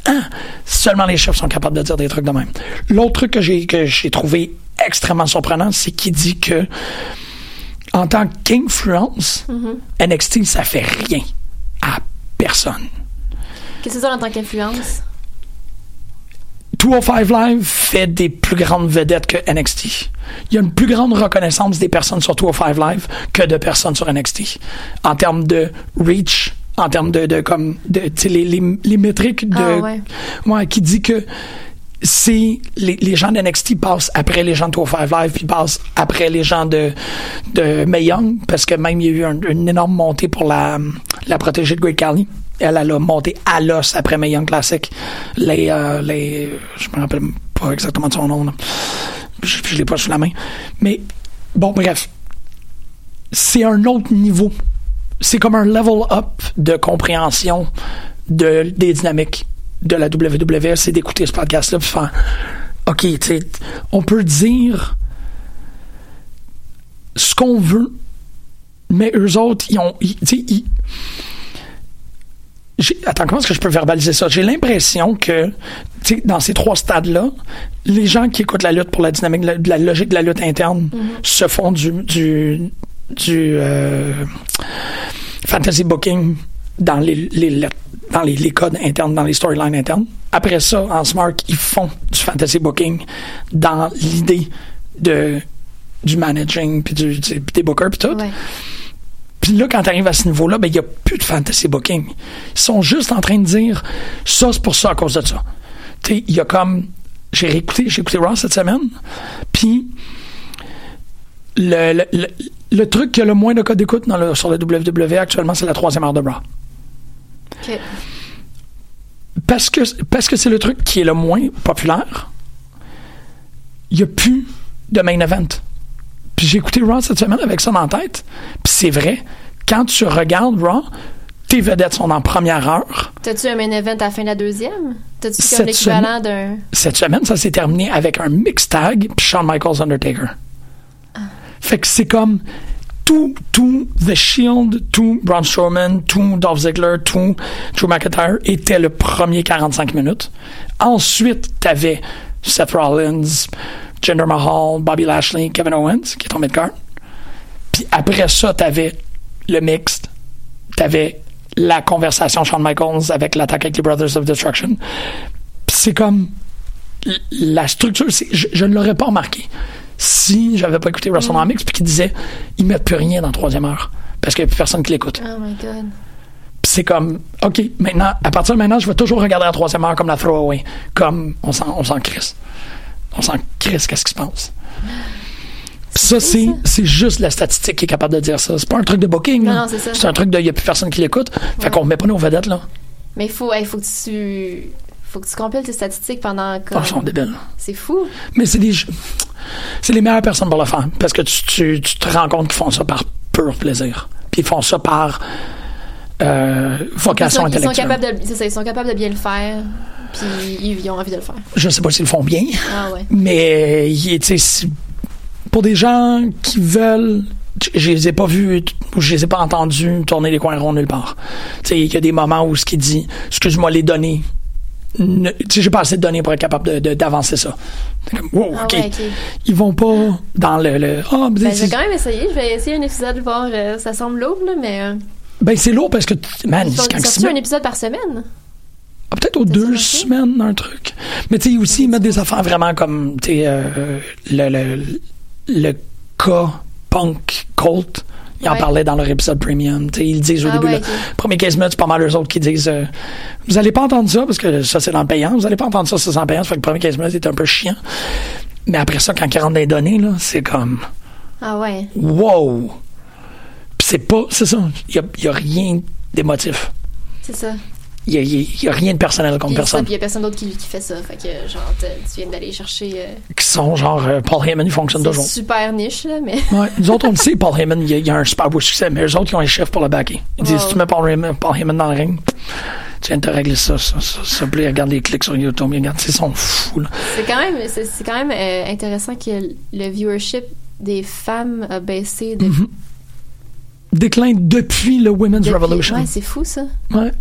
ah, seulement les chefs sont capables de dire des trucs de même. L'autre truc que j'ai, que j'ai trouvé extrêmement surprenant, c'est qu'il dit que en tant qu'influence, NXT, ça fait rien à personne. Eh. Qu'est-ce que c'est ça en tant qu'influence? 205 Live fait des plus grandes vedettes que NXT. Il y a une plus grande reconnaissance des personnes sur 205 Live que de personnes sur NXT. En termes de reach, en termes de, de comme, de, tu sais, les, les, les métriques de. Ah, ouais. Ouais, qui dit que c'est les, les gens de NXT passent après les gens de 205 Live, puis passent après les gens de, de Mae Young, parce que même il y a eu un- une énorme montée pour la, la protégée de Great Cali. Elle, elle a monté à l'os après Mae Young Classic. Les, euh, les, je me rappelle pas exactement de son nom, là. je, je l'ai pas sous la main. Mais bon, bref, c'est un autre niveau. C'est comme un level up de compréhension de, des dynamiques de la WWE. C'est d'écouter ce podcast-là puis faire OK, tu sais, on peut dire ce qu'on veut, mais eux autres, ils ont. ils- tu sais, ils- j'ai- Attends, comment est-ce que je peux verbaliser ça? J'ai l'impression que, tu sais, dans ces trois stades-là, les gens qui écoutent la lutte pour la dynamique, de la, de la logique de la lutte interne, se font du, du, du euh, fantasy booking dans les, les lettres- dans les, les codes internes, dans les storylines internes. Après ça, en Smart, ils font du fantasy booking dans l'idée de du managing, puis du, tu sais, puis des bookers, puis tout. Ouais. Puis là, quand t'arrives à ce niveau-là, ben, il n'y a plus de fantasy booking. Ils sont juste en train de dire ça, c'est pour ça, à cause de ça. Tu sais, il y a comme. J'ai réécouté, j'ai écouté Raw cette semaine, puis le, le, le, le truc qui a le moins de codes d'écoute dans le- sur le WWE actuellement, c'est la troisième heure de Raw. OK. Parce que parce que c'est le truc qui est le moins populaire, il n'y a plus de main event. Puis j'ai écouté Raw cette semaine avec ça en tête. Puis c'est vrai, quand tu regardes Raw, tes vedettes sont en première heure. T'as-tu un main event à la fin de la deuxième? T'as-tu Cette comme l'équivalent d'un. Cette semaine, ça s'est terminé avec un mix tag puis Shawn Michaels Undertaker. Fait que c'est comme tout, tout The Shield, tout Braun Strowman, tout Dolph Ziggler, tout Drew McIntyre était le premier 45 minutes. Ensuite, t'avais Seth Rollins, Jinder Mahal, Bobby Lashley, Kevin Owens, qui est en mid-card. Puis après ça, t'avais le mixte, t'avais la conversation Shawn Michaels avec l'attaque avec les Brothers of Destruction. Puis c'est comme l- la structure, c'est- je, je ne l'aurais pas remarqué si j'avais pas écouté WrestleNomics puis qu'il disait ils mettent plus rien dans la troisième heure parce qu'il n'y a plus personne qui l'écoute. Oh my god. Puis c'est comme, OK, maintenant, à partir de maintenant, je vais toujours regarder la troisième heure comme la throwaway. Comme, on s'en, on s'en crisse. On s'en crisse, qu'est-ce qui se passe? Puis ça, c'est, c'est juste la statistique qui est capable de dire ça. C'est pas un truc de booking. Non, là. non, c'est ça. un truc de, il n'y a plus personne qui l'écoute. Fait Ouais. qu'on met pas nos vedettes, là. Mais il faut, hey, faut que tu. Faut que tu compiles tes statistiques pendant. Oh, Comme... ils sont débiles. C'est fou. Mais c'est des, jeux- c'est les meilleures personnes pour le faire. Parce que tu, tu, tu te rends compte qu'ils font ça par pur plaisir. Puis ils font ça par, euh, Ils vocation sont, ils sont intellectuelle. capables de, c'est ça, ils sont capables de bien le faire. Puis ils, ils ont envie de le faire. Je sais pas s'ils le font bien. Ah ouais. Mais il est- tu sais, si- pour des gens qui veulent, j- je les ai pas vus, t- ou je les ai pas entendus tourner les coins ronds nulle part. Tu sais, il y a des moments où ce qui dit, excuse-moi, les données. ne- Tu sais, j'ai pas assez de données pour être capable de- de- d'avancer ça. T'es comme, wow, Ah ok. ouais, ok. Ils vont pas dans le. le- Ah, mais Ben, je c'est- vais quand même essayer. Je vais essayer un épisode, voir. euh, ça semble lourd, là, mais. euh, ben, c'est lourd parce que, t- man, ils font quand ils ils sortent se un mettent- épisode par semaine. ah, peut-être aux T'as deux ça marqué? semaines, un truc. Mais tu sais, aussi, ils mettent des affaires vraiment comme, tu sais, euh, le, le, le cas punk Colt. Ils en Ouais. parlaient dans leur épisode premium. Tu sais, ils le disent au Ah début, ouais, là, ok. premier 15 minutes, c'est pas mal eux autres qui disent euh, Vous allez pas entendre ça, parce que ça, c'est dans le payant. Vous allez pas entendre ça, c'est dans le payant. Ça fait que le premier 15 minutes, c'est un peu chiant. Mais après ça, quand ils rentrent dans les données, là, c'est comme Ah ouais. Wow! Puis c'est pas, c'est ça. Il y a, y a rien d'émotif. C'est ça. Il y a, y a- y a rien de personnel contre Puis ça, personne. puis il y a personne d'autre qui, qui fait ça. Fait que, genre, t'as- tu viens d'aller chercher. euh, qui sont genre euh, Paul Heyman, ils fonctionnent c'est toujours. super niche, là, mais. Ouais, nous autres, on le sait, Paul Heyman, il y, a- il y a un super beau succès, mais eux autres, ils ont un chef pour le backer. Ils disent Wow. si tu mets Paul Heyman, Paul Heyman dans le ring, tiens, t'as réglé ça, ça, ça, ça, puis là, il regarde les clics sur YouTube, il regarde, c'est son fou, là. C'est quand même, c'est, c'est quand même euh, intéressant que le viewership des femmes a baissé de- Mhm. Déclin depuis le Women's depuis- Revolution. Ouais, c'est fou ça. Ouais.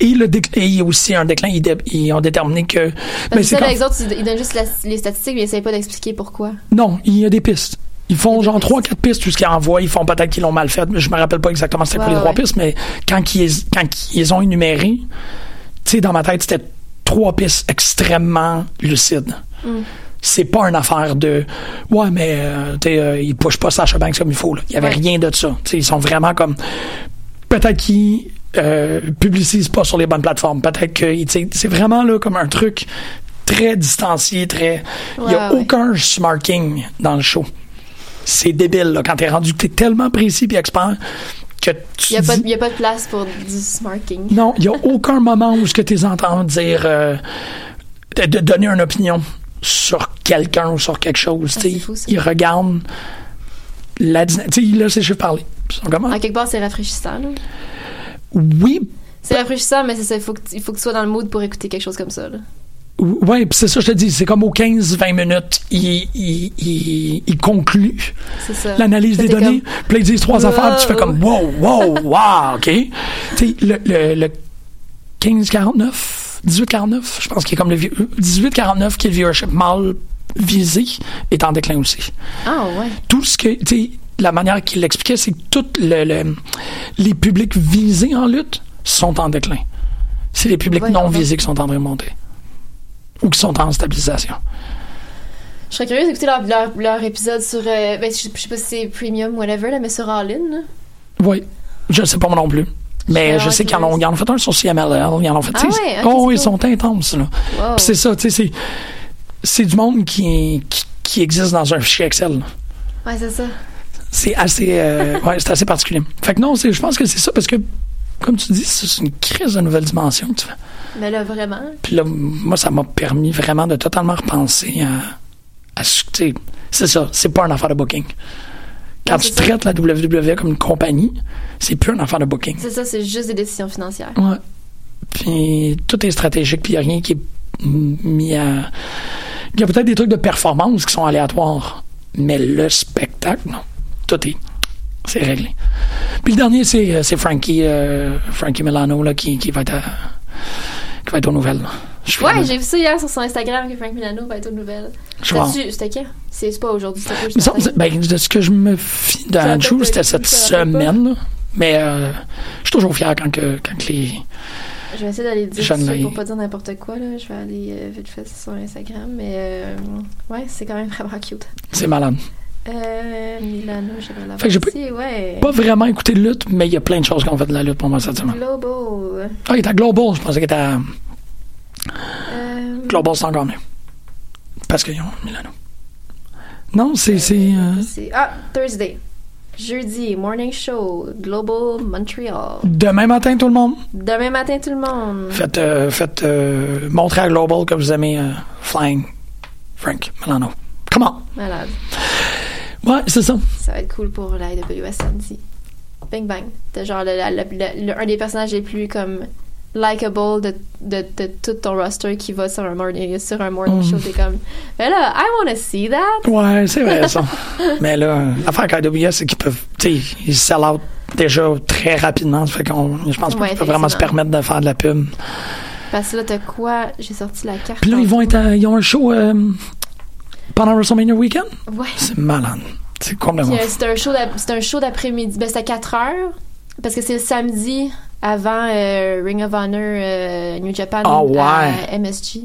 Et, le déc- et il y a aussi un déclin, ils, dé- ils ont déterminé que... Parce que ça, quand- les autres, ils ils donnent juste la- les statistiques, mais ils essayent pas d'expliquer pourquoi. Non, il y a des pistes. Ils font des genre pistes. trois, quatre pistes, tout ce qu'ils envoient. Ils font peut-être qu'ils l'ont mal fait. Je me rappelle pas exactement c'était quoi Ouais, les trois ouais. pistes, mais quand qu'ils quand qu'ils ont énuméré, tu sais, dans ma tête, c'était trois pistes extrêmement lucides. C'est pas une affaire de ouais, mais euh, tu sais, euh, ils poussent pas Sacha Banks comme il faut. là. Il y avait Ouais. rien de ça. Tu sais, ils sont vraiment comme peut-être qu'ils euh, publicisent pas sur les bonnes plateformes. Peut-être que tu sais, c'est vraiment là comme un truc très distancié, très. Il y a Ouais, ouais. aucun smarking dans le show. C'est débile là, quand t'es rendu que t'es tellement précis et expert que tu Il y a, pas, dis- de- il y a pas de place pour du smarking. non, il n'y a aucun moment où ce que tu entends dire euh, de, de donner une opinion sur quelqu'un ou sur quelque chose. Ah, tu sais. c'est fou, ça. ils regardent la dyna- tu sais, là, c'est je parler. Ils sont comme, ah, En quelque part, c'est rafraîchissant. là. Oui, C'est Bah. rafraîchissant, mais c'est ça, il faut que, tu- il faut que tu sois dans le mood pour écouter quelque chose comme ça. là. ouais, pis c'est ça, je te dis, c'est comme aux 15-20 minutes, ils, ils, ils- ils concluent C'est ça. l'analyse Ça, des t'es données, comme- puis là, ils disent trois Wow. affaires, puis tu fais comme, wow, wow, wow, OK? Tu sais, le, le, le 15-49, 18-49, je pense qu'il est comme le vieux- 18-49 qui est le viewership mal visé, est en déclin aussi. Ah ouais. Tout ce que, tu sais, la manière qu'il l'expliquait, c'est que tous le, le- les publics visés en lutte sont en déclin. C'est les publics Voyons non donc. visés qui sont en remontée ou qui sont en stabilisation. Je serais curieuse d'écouter leur, leur, leur épisode sur. euh, ben, je je sais pas si c'est premium, whatever, là, mais sur All In. là. Oui, je sais pas moi non plus. Mais Ah, je sais ok, qu'ils en ont, vas-y. ils en ont fait un sur CMLL, ils en ont fait. Ah tu sais, ouais, oh, ok, c'est ils cool. Oh. sont intenses, là. Wow. Puis C'est ça, tu sais, c'est, c'est du monde qui, qui, qui existe dans un fichier Excel. là. Ouais, c'est ça. C'est assez, euh, ouais, c'est assez particulier. Fait que non, c'est, je pense que c'est ça parce que, comme tu dis, c'est une crise de nouvelle dimension que tu fais. Mais là, vraiment. Puis là, moi, ça m'a permis vraiment de totalement repenser à, à ce que, tu sais, c'est ça, c'est pas un affaire de booking. Quand Ouais, tu c'est ça. traites la WWE comme une compagnie, c'est plus un affaire de booking. C'est ça, c'est juste des décisions financières. Ouais. Puis tout est stratégique, puis il n'y a rien qui est m- mis à. Il y a peut-être des trucs de performance qui sont aléatoires, mais le spectacle, non. Tout est. C'est réglé. Puis le dernier, c'est, euh, c'est Frankie, euh, Frankie Milano là, qui, qui, va être à- qui va être aux nouvelles. là. Je suis vraiment- Ouais, j'ai vu ça hier sur son Instagram que Frank Milano va être aux nouvelles. je vois. T'as-tu- C'était quand? C'est c'est pas aujourd'hui, c'était pas Il me semble- aujourd'hui. ben, de ce que je me fie d'Andrew, peut-être c'était que cette je me rappelle pas. semaine. là. Mais euh, je suis toujours fier quand, que, quand que les. Je vais essayer d'aller dire Jeanne ça Marie. pour pas dire n'importe quoi, là. Je vais aller euh, vite fait sur son Instagram, mais euh, ouais, c'est quand même vraiment cute. C'est malade. Euh, Milano, je vais l'avoir Fait que j'ai pas- ici, ouais. Pas vraiment écouté de lutte, mais il y a plein de choses qu'on fait de la lutte pour moi cette semaine. Globo. Ah, il est à Global, je pensais qu'il était à Euh, Global, c'est encore mieux. Parce qu'ils ont Milano. Non, c'est. c'est euh, c'est- Ah, Thursday. Jeudi, morning show, Global Montreal. demain matin, tout le monde. Demain matin, tout le monde. Faites, euh, faites euh, montrer à Global que vous aimez euh, Flying Frank Milano. Comment? Malade. Ouais, c'est ça. Ça va être cool pour la AWS samedi. Bing bang. T'es genre le, la- la- le- le- un des personnages les plus comme likable de, de, de tout ton roster qui va sur un morning, sur un morning Mm. show. T'es comme, mais là, I wanna see that. Ouais, c'est vrai, ça. mais là, l'affaire avec AWS, c'est qu'ils peuvent. Tu sais, ils sell out déjà très rapidement. Ça fait qu'on. Je pense pas Ouais, qu'ils peuvent vraiment se effectivement. permettre de faire de la pub. Parce que là, t'as quoi? J'ai sorti la carte. Puis là, ils vont être. à- ils ont un show euh, pendant WrestleMania Weekend. Ouais. C'est malade. C'est Puis, complètement. euh, c'est un show d'ap- c'est un show d'après-midi. Ben, c'est à 4 heures. Parce que c'est le samedi avant euh, Ring of Honor euh, New Japan Ah ouais. à MSG.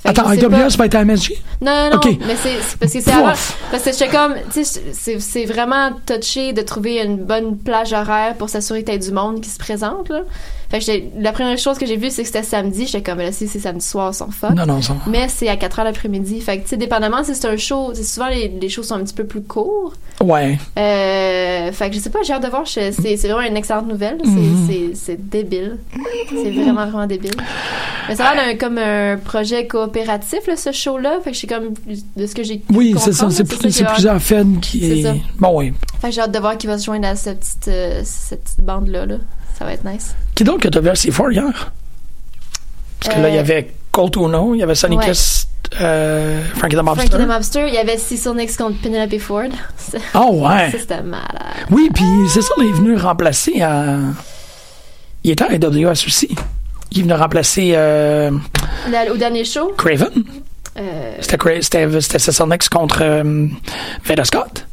Fait que Attends, euh, je sais pas- AWS va être à MSG? Non, non, non, Ok. mais c'est c'est parce que c'est Pouf. avant. Parce que j'étais comme, tu sais, c'est- c'est vraiment touché de trouver une bonne plage horaire pour s'assurer que t'as du monde qui se présente, là. Fait que j'étais- la première chose que j'ai vue, c'est que c'était samedi. J'étais comme, là, si c'est samedi soir, sans fuck. Non, non, ça. Mais c'est à 4 heures l'après-midi. Fait que, tu sais, dépendamment si c'est un show, tu sais, souvent les, les shows sont un petit peu plus courts. Ouais. Euh, fait que je sais pas, j'ai hâte de voir. Je- C'est c'est vraiment une excellente nouvelle. C'est- Mhm. C'est c'est débile. C'est vraiment, vraiment débile. Mais ça a l'air d'un- comme un projet coopératif, là, ce show-là. Fait que je suis comme, de ce que j'ai Oui, pu c'est ça. comprendre, C'est là, plus- qui c'est a- plusieurs fans qui. C'est ça. Bon, oui. Fait que j'ai hâte de voir qui va se joindre à cette petite, euh, cette petite bande-là. Là. Ça va être nice. Qui d'autre que t'as vu à C4 hier? Parce que là, il y avait Colt Uno, il y avait Sonny Euh, ouais. Kiss, euh, Frankie the Mobster. Frankie the Mobster, il y avait Cecil Nix contre Penelope Ford. Ça, Ah ouais. ça, c'était malade. Oui, puis c'est ça, là, il est venu remplacer à... Il était à AWS aussi. Il est venu remplacer euh, Le- au dernier show, Craven. euh, C'était Cra- c'était- c'était Cecil Nix contre euh, Veda Scott.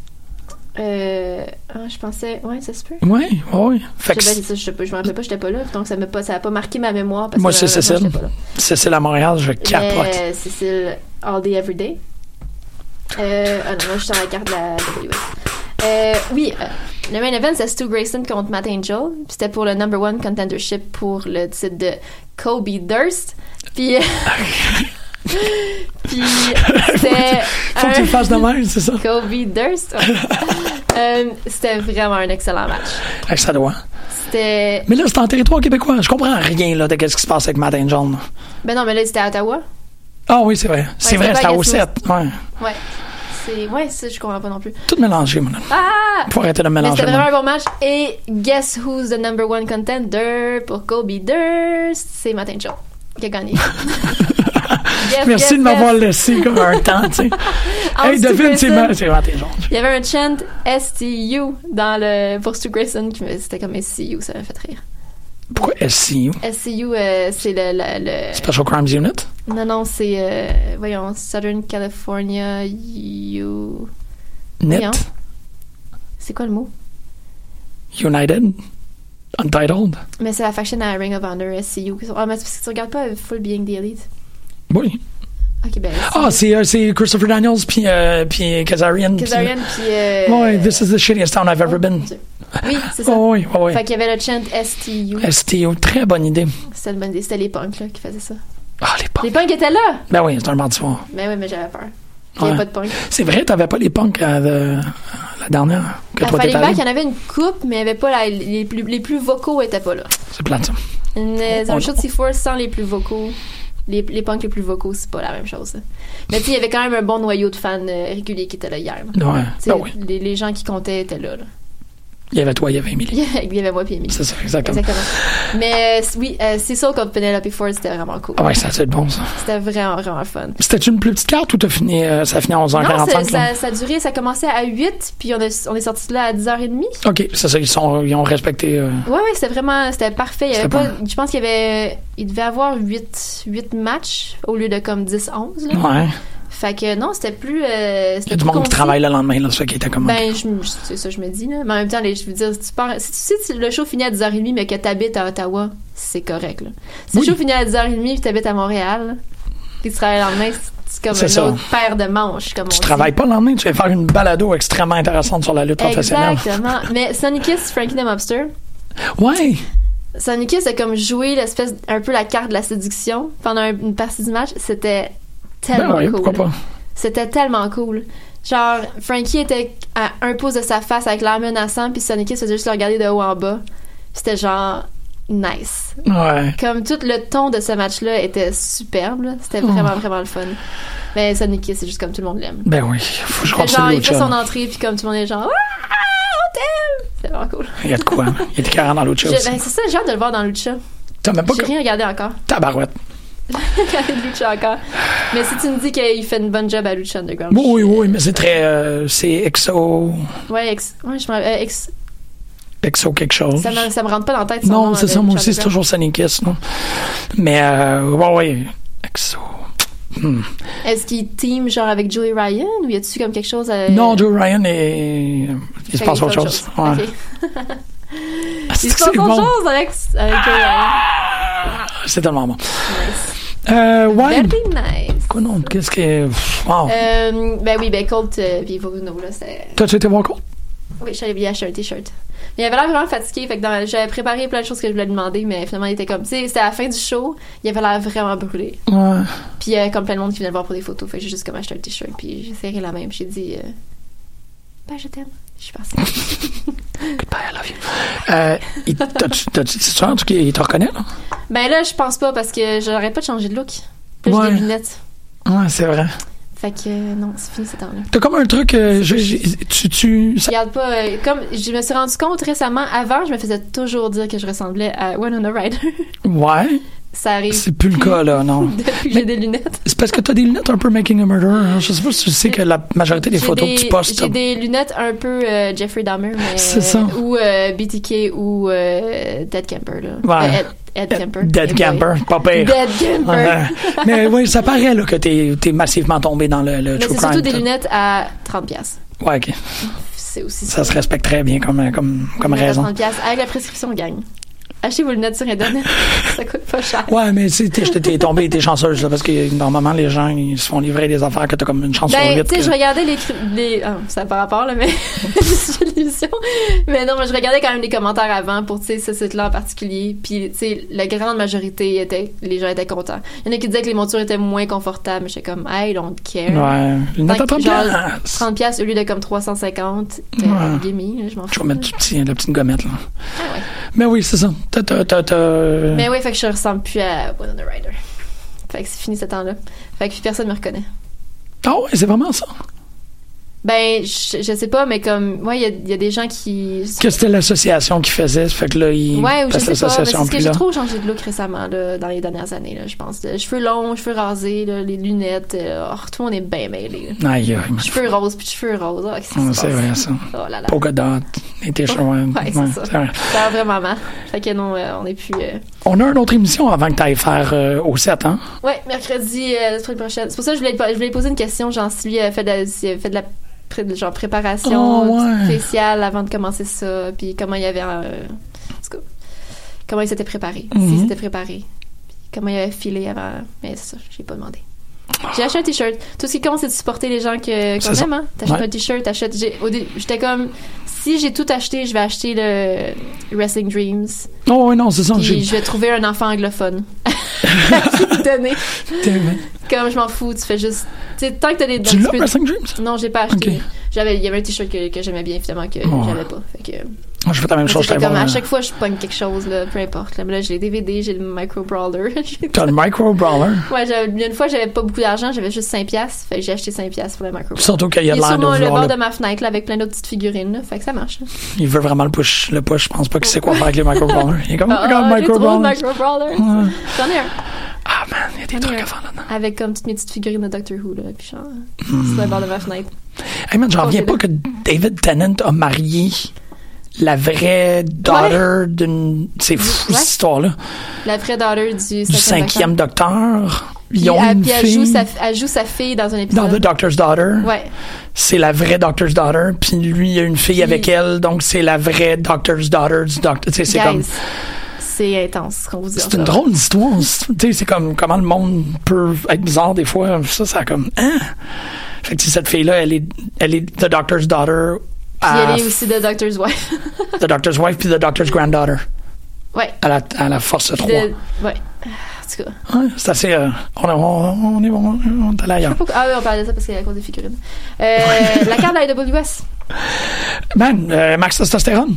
euh, ah, je pensais, ouais, ça se peut. Ouais, ouais. Fait Je que sais pas, c'est ben, ça, je, sais pas, je me rappelais pas, j'étais pas là, donc ça m'a pas, ça a pas marqué ma mémoire. Parce moi, que, c'est honnêtement, Cécile. j'étais pas là. Cécile à Montréal, je capote. Mais, euh, Cécile, all day, every day. Euh, ah non, moi, je suis dans la carte de la WS. Euh, oui, euh, le main event, c'est Stu Grayson contre Matt Angel. Puis C'était pour le number one contendership pour le titre de Kobe Durst. Puis. euh, Puis. C'était. Faut que tu le fasses de même, c'est ça? Kobe Durst. ouais. Euh, C'était vraiment un excellent match. Fait que ça doit. C'était. Mais là, c'est en territoire québécois. Je comprends rien là, de quest ce qui se passe avec Matt Angel. là. Ben non, mais là, c'était à Ottawa. Ah oui, c'est vrai. C'est c'est vrai, pas c'est à Gaston. O7. Ouais. Ouais. C'est. Ouais, ça, je comprends pas non plus. Tout mélangé, mon homme. Ah! Faut arrêter de me Mais c'était mélanger. vraiment moi. un bon match. Et guess who's the number one contender pour Kobe Durst? C'est Martin Joe qui a gagné. Yes, yes, Merci de yes. m'avoir laissé comme un temps, tu sais. Ah, Hey, Stu devine, c'est Grayson. mal. C'est Matt Angel. Il y avait un chant STU dans le, pour Stu Grayson. qui me- C'était comme STU, ça m'a fait rire. Pourquoi SCU? STU, euh, c'est le, le- le- Special Crimes Unit? Non, non, c'est. euh, voyons, Southern California U. NIT? Non. C'est quoi le mot? United? Untitled? Mais c'est la faction à Ring of Honor, SCU. qui sont- Ah, mais c'est parce que tu regardes pas Full Being the Elite. Oui. Ok, ben. Ah, c'est, euh, c'est Christopher Daniels puis, euh, puis Kazarian. puis- Kazarian, puis. euh, Oh, Ouais, this is the shittiest town I've ever been. Oui, c'est ça. Oh, oui, oui, Fait qu'il y avait le chant STU. oui. STO, très bonne idée. C'était une bonne idée. C'était les punks là, qui faisaient ça. Ah, les punks. Les punks étaient là! Ben oui, c'est un mardi soir. Mais oui, mais j'avais peur. Il n'y Ouais. avait pas de punks. C'est vrai, t'avais pas les punks à the- à la dernière hein, que À toi t'étais Ben, Falling allé. il y en avait une coupe, mais il y avait pas la- les, plus, les plus vocaux étaient pas là. C'est plate, ça. Une, euh, On- un show de C4 sans les plus vocaux. Les, les punks les plus vocaux, c'est pas la même chose. là. Mais puis il y avait quand même un bon noyau de fans euh, réguliers qui étaient là hier. là. Ouais. Tu sais, Ben oui. les, les gens qui comptaient étaient là. là. Il y avait toi, il y avait Emily. Il y avait moi et Emily. C'est ça, exactement. Exactement. Mais euh, oui, euh, c'est ça comme Penelope Ford, c'était vraiment cool. Ah ouais, ça c'est bon, ça. C'était vraiment, vraiment fun. C'était une plus petite carte ou t'as fini, euh, ça a fini à Non, ça, 11h45? là? ça, ça a duré, ça commençait à 8, puis on, a- on est sorti de là à 10h30. Ok, c'est ça, ils, sont, ils ont respecté. euh, Ouais, ouais, c'était vraiment, c'était parfait. Il y avait C'était pas, bon. je pense qu'il y avait, il devait avoir 8, 8 matchs au lieu de comme 10, 11. Là. Ouais. Fait que non, c'était plus. euh, Il y c'était a du plus monde qui concis. travaille le lendemain, là, ça qui était comme. Ben, je me- c'est ça, je me dis, là. Mais en même temps, les- je veux dire, si, tu pars- si, tu- si tu- le show finit à 10h30, mais que t'habites à Ottawa, c'est correct, là. Si Oui. le show finit à 10h30 puis t'habites à Montréal, puis tu travailles le lendemain, c'est- c'est comme C'est une ça. autre paire de manches, comme on tu dit. travailles pas le lendemain, tu vas faire une balado extrêmement intéressante sur la lutte professionnelle. Exactement. Mais Sonny Kiss, Frankie the Mobster, Ouais. Sonny Kiss a comme joué l'espèce, un peu la carte de la séduction pendant un- une partie du match. C'était Ben tellement oui, cool. pourquoi pas. C'était tellement cool. Genre, Frankie était à un pouce de sa face avec l'air menaçant, puis Sonny Kiss faisait juste le regarder de haut en bas. Puis C'était genre nice. Ouais. Comme tout le ton de ce match-là était superbe. là. C'était Hmm. vraiment, vraiment le fun. Mais Sonny Kiss, c'est juste comme tout le monde l'aime. Ben oui, faut que je Fait Genre, continue il l'autre fait son chose. entrée, puis comme tout le monde est genre, ah, on t'aime! C'est vraiment cool. Il y a de quoi. hein. Il y a des carrés dans l'autre Je- chose. ben, c'est ça, j'ai hâte de le voir dans Lucha. T'as même pas J'ai que. rien regardé encore. Tabarouette. regardé de Lucha encore. Mais si tu me dis qu'il fait une bonne job à Lucha Underground. Oui, oui, oui, mais c'est très. euh, c'est exo. Ouais, ex, ouais, je me rappelle, euh, ex- Exo quelque chose. ça, me, ça me rentre pas dans la tête. son Non, nom, c'est de ça, moi Lucha aussi, c'est Underground. toujours Sunny Kiss, non? Mais, euh, ouais, ouais. Exo. Hmm. Est-ce qu'il team genre avec Joey Ryan ou y a-tu comme quelque chose à. Non, Joe Ryan est. Il se Fait passe qu'il autre fait chose. Ouais. Ok. Ah, Il c'est se passe c'est autre bon. chose avec, avec Joey Ryan. C'est tellement bon. Euh, ouais. Very nice. Quoi non? Qu'est-ce que. pff, Wow. Euh, ben oui, ben Colt euh, puis Voguno, là, c'est. T'as-tu été voir compte? Oui, j'allais lui acheter un t-shirt. Mais il avait l'air vraiment fatigué, fait que dans- j'avais préparé plein de choses que je voulais lui demander, mais finalement il était comme, tu sais, c'était à la fin du show, il avait l'air vraiment brûlé. Ouais. Puis il y avait comme plein de monde qui venait le voir pour des photos. Fait que j'ai juste comme acheté un t-shirt. Puis j'ai serré la même. J'ai dit, euh, ben je t'aime. Je suis partie. Goodbye, I love you. Euh, il- t'as-tu- t'as-tu dit ça, en tout cas, il te reconnaît, là? ben là, je pense pas parce que j'arrête pas de changer de look. Puis là, j'ai Ouais. des lunettes. Ouais, c'est vrai. Fait que euh, non, c'est fini cette heure-là. T'as comme un truc. euh, j'ai- j'ai- tu. tu Je ça- Regarde pas. euh, comme je me suis rendu compte récemment, avant, je me faisais toujours dire que je ressemblais à Winona Ryder. ouais, Ça arrive c'est plus le cas, là, non. depuis que j'ai des lunettes. C'est parce que t'as des lunettes un peu Making a Murderer. hein. Je sais pas si tu sais que la majorité des J'ai photos des- que tu postes. J'ai des lunettes un peu euh, Jeffrey Dahmer, mais. C'est ça. Ou euh, BTK ou euh, Dead Camper, là. Ouais. Euh, Ed, Ed Kemper. Dead Eh boy. Camper, pas pire. Dead Camper. Ouais. Mais oui, ça paraît là, que t'es es massivement tombé dans le, le Mais true c'est crime. surtout des t'as- lunettes à 30$. piastres. Ouais, ok. C'est aussi Ça se respecte très bien comme, comme, comme Lunettes à raison. 30$. piastres. Avec la prescription, gagne. Achetez vos lunettes sur Internet. ça coûte pas cher. Ouais, mais tu sais, t'es- t'es t'es tombée, t'es chanceuse, là, parce que normalement, les gens, ils se font livrer des affaires que t'as comme une chance sur Ben, huit. tu sais, que- je regardais les. cri- les ah, ça n'a pas rapport, là, mais. c'est l'émission. Mais non, mais je regardais quand même les commentaires avant pour, tu sais, ce site-là en particulier. Puis, tu sais, la grande majorité, était, les gens étaient contents. Il y en a qui disaient que les montures étaient moins confortables. mais J'étais comme, I don't care. Ouais. Lunettes à 30 piastres. 30 piastres au lieu de comme 350. Euh, Ouais. gimme, je m'en Je fous. vais mettre du petit, la petite gommette, là. Ah ouais. Mais oui, c'est ça. T'as- t'as- t'as- t'as- Mais oui, fait que je ressemble plus à Winona Ryder. Fait que c'est fini ce temps-là. Fait que personne me reconnaît. Ah ouais, c'est vraiment ça. Ben, je, je sais pas, mais comme, ouais, il y a- il y, a des gens qui. Que c'était l'association qui faisait, fait que là, ils Ouais, ou je passent sais pas, mais c'est l'association ce que plus j'ai là. trop changé de look récemment, là, dans les dernières années, là, je pense. De cheveux longs, cheveux rasés, là, les lunettes, euh, oh, tout le monde est bien mêlé. là. Aïe, aïe. Cheveux roses, puis cheveux roses, oh, qu'est-ce qui Ouais, se C'est passe? vrai, ça. Oh là là, Polka dot, les t-shirts. ouais, Ouais, c'est ouais, ça. c'est vrai. ça va vraiment mal. Fait que non, euh, on est plus... euh, On a une autre émission avant que t'ailles faire euh, au 7, hein? Ouais, mercredi, euh, la semaine prochaine. C'est pour ça que je voulais, je voulais poser une question, genre, si lui a fait de la, s'il avait fait de la pré- genre, préparation Oh, ouais. spéciale avant de commencer ça, puis comment il avait... euh, en tout cas, comment il s'était préparé, Mhm. s'il s'était préparé, puis comment il avait filé avant. Mais c'est ça, j'ai pas demandé. J'ai acheté un t-shirt. Tout ce qui compte, c'est de supporter les gens que C'est qu'on ça. aime. Hein? T'achètes Ouais. un t-shirt, t'achètes. j'ai- au dé- J'étais comme, si j'ai tout acheté, je vais acheter le Wrestling Dreams. Non, ouais, non, c'est ça. Puis j'ai- je vais trouver un enfant anglophone. à qui le donner. Comme je m'en fous, tu fais juste. Tu sais, tant que t'as des. un Tu petit l'as, peu- Wrestling Dreams? Non, j'ai pas acheté. Ok. J'avais, il y avait un t-shirt que, que j'aimais bien, finalement, que Ouais. j'avais pas. Fait que. Moi, je fais la même chose. C'était j'étais comme bon, à euh, chaque fois, je pogne quelque chose, là, peu importe. Là, Mais là, j'ai les DVD, j'ai le micro brawler. J'ai- T'as le micro brawler. ouais, j'avais- une fois, j'avais pas beaucoup d'argent, j'avais juste 5$. piastres, Fait que j'ai acheté 5$ piastres pour le micro brawler. Surtout qu'il y a de Il est l'air sur de mon- le vouloir bord le- de ma fenêtre, là, avec plein d'autres petites figurines, là. Fait que ça marche. là. Il veut vraiment le push. Le push, je pense pas qu'il sait quoi faire avec les micro brawlers. Il est comme, Ah, regarde, j'ai Oh micro trop de brawler. micro brawlers. Ouais. J'en ai un. Ah, man, il y a des Ouais. trucs à faire là-dedans. Avec comme toutes mes petites figurines de Doctor Who, là. Puis genre, sur le bord de ma fenêtre. Hey, man, j'en reviens pas Congé-le. que David Tennant a marié la vraie daughter d'une. C'est fou, Ouais. cette histoire-là. La vraie daughter du Du cinquième cinquième docteur. Puis Ils ont elle, une puis elle joue fille sa, elle joue sa fille dans un dans épisode. The Doctor's Daughter. Ouais. C'est la vraie Doctor's Daughter. Puis lui, il a une fille Puis- avec elle. Donc, c'est la vraie Doctor's Daughter du Docteur. Tu sais, c'est Guys, comme. C'est intense ce qu'on vous dit. C'est encore. une drôle d'histoire. C'est- Tu sais, c'est comme comment le monde peut être bizarre des fois. Ça, ça a comme. Hein? Fait que si cette fille-là, elle est, elle est The Doctor's Daughter. Puis à elle est aussi de Doctor's Wife. The Doctor's Wife puis The Doctor's Granddaughter. ouais. À la, à la Force 3. De- ouais. Ah, En tout cas. Ouais, c'est assez. euh, on, on, on est bon. On est allé ailleurs. Pourquoi- Ah oui, on parlait de ça parce que c'est à cause des figurines. Euh, la carte de la AWS. Ah, Man, euh, Max Testostérone.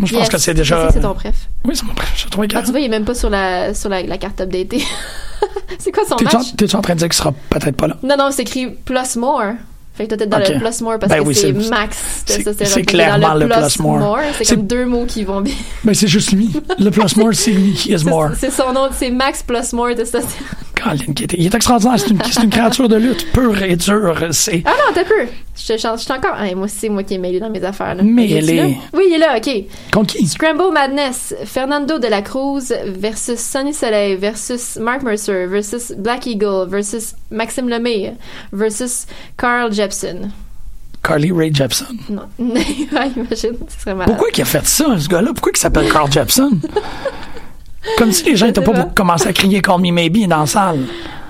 Moi, je pense Yes. que c'est déjà. Ah. Je sais que C'est ton préf. Oui, c'est mon préf. J'ai trouvé que. Ah, tu vois, il est même pas sur la, sur la, la carte updatée. c'est quoi son T'es-tu en, match? t'es-tu en train de dire qu'il sera peut-être pas là? Non, non, c'est écrit plus more. Fait que t'es peut-être dans Ok. le plus more parce Ben que oui, c'est c'est- max. c'est- testostérone. c'est Fait que clairement dans le plus more. C'est C'est- comme deux mots qui vont bien. Ben, c'est juste lui. Le plus more, c'est lui. He is C'est- more. C'est son nom, c'est Max plus more testostérone. Colin, qui est- il est extraordinaire. C'est une, c'est une créature de lutte pure et dure. C'est. Ah non, t'as peu. Je te change, je suis encore. Hey, moi, c'est moi qui ai mêlé dans mes affaires. Là. Mais Il est-tu elle est- là? Oui, il est là, ok. Conquis. Scramble Madness, Fernando de la Cruz versus Sonny Soleil versus Mark Mercer versus Black Eagle versus Maxime Lemay versus Carl Jepson. Carly Ray Jepson. Non, ouais, imagine, ce serait malade. Pourquoi qu'il a fait ça, ce gars-là? Pourquoi qu'il s'appelle Carl Jepson? Comme si les gens n'étaient pas pas. pour commencer à crier Call Me Maybe dans la salle.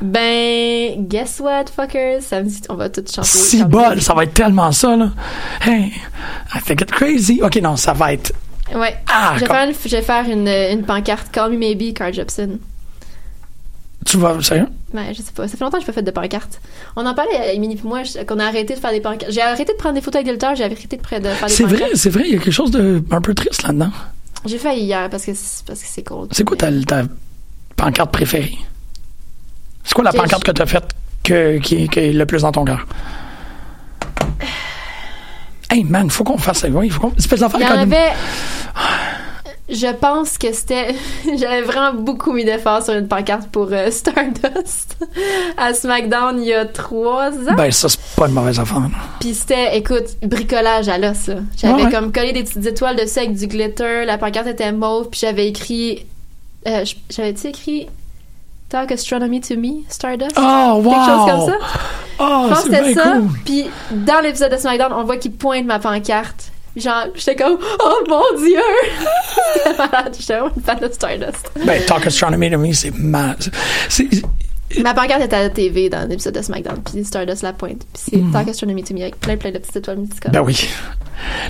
Ben, guess what, fuckers? Samedi, on va tout chanter. Si chanter. bol, ça va être tellement ça, là. Hey, I think it's crazy. Ok, non, ça va être. Ouais. Ah, je, vais comme- faire une, je vais faire une, une pancarte Call Me Maybe, Carl Jepson. Tu vas, sérieux? Ouais, Ben, je sais pas. Ça fait longtemps que je pas fait de pancarte. On en parlait, euh, Émilie et moi, je- qu'on a arrêté de faire des pancartes. J'ai arrêté de prendre des photos avec des lutteurs, j'ai arrêté de, pr- de faire des C'est vrai, pancartes. c'est vrai, il y a quelque chose de un peu triste là-dedans. J'ai failli hier parce que c'est parce que c'est cold. C'est quoi ta, ta pancarte préférée? C'est quoi la J'ai- pancarte que t'as faite que, qui, qui est le plus dans ton cœur? Hey man, faut qu'on fasse ça. Oui, faut qu'on. Espèce d'enfant Il y en quand même. avait. euh, Je pense que c'était. J'avais vraiment beaucoup mis d'efforts sur une pancarte pour euh, Stardust à SmackDown il y a trois ans. Ben, ça, c'est pas une mauvaise affaire. là. Puis c'était, écoute, bricolage à l'os, là. J'avais Ouais, ouais. comme collé des petites étoiles dessus avec du glitter, la pancarte était mauve, puis j'avais écrit. euh, j- J'avais-tu écrit Talk Astronomy to Me, Stardust? Oh, wow! Quelque chose comme ça? Oh, Je pense que c'est c'était bien ça. cool. Puis dans l'épisode de SmackDown, on voit qu'il pointe ma pancarte. Genre, j'étais comme, oh mon dieu! C'était malade, j'étais vraiment une fan de Stardust. Ben, Talk Astronomy to me, c'est ma. c'est- Ma pancarte était à la TV dans l'épisode de SmackDown, puis Stardust la pointe. Puis c'est Talk Astronomy to me avec plein plein de petites étoiles multicolores. Mm. Ben oui.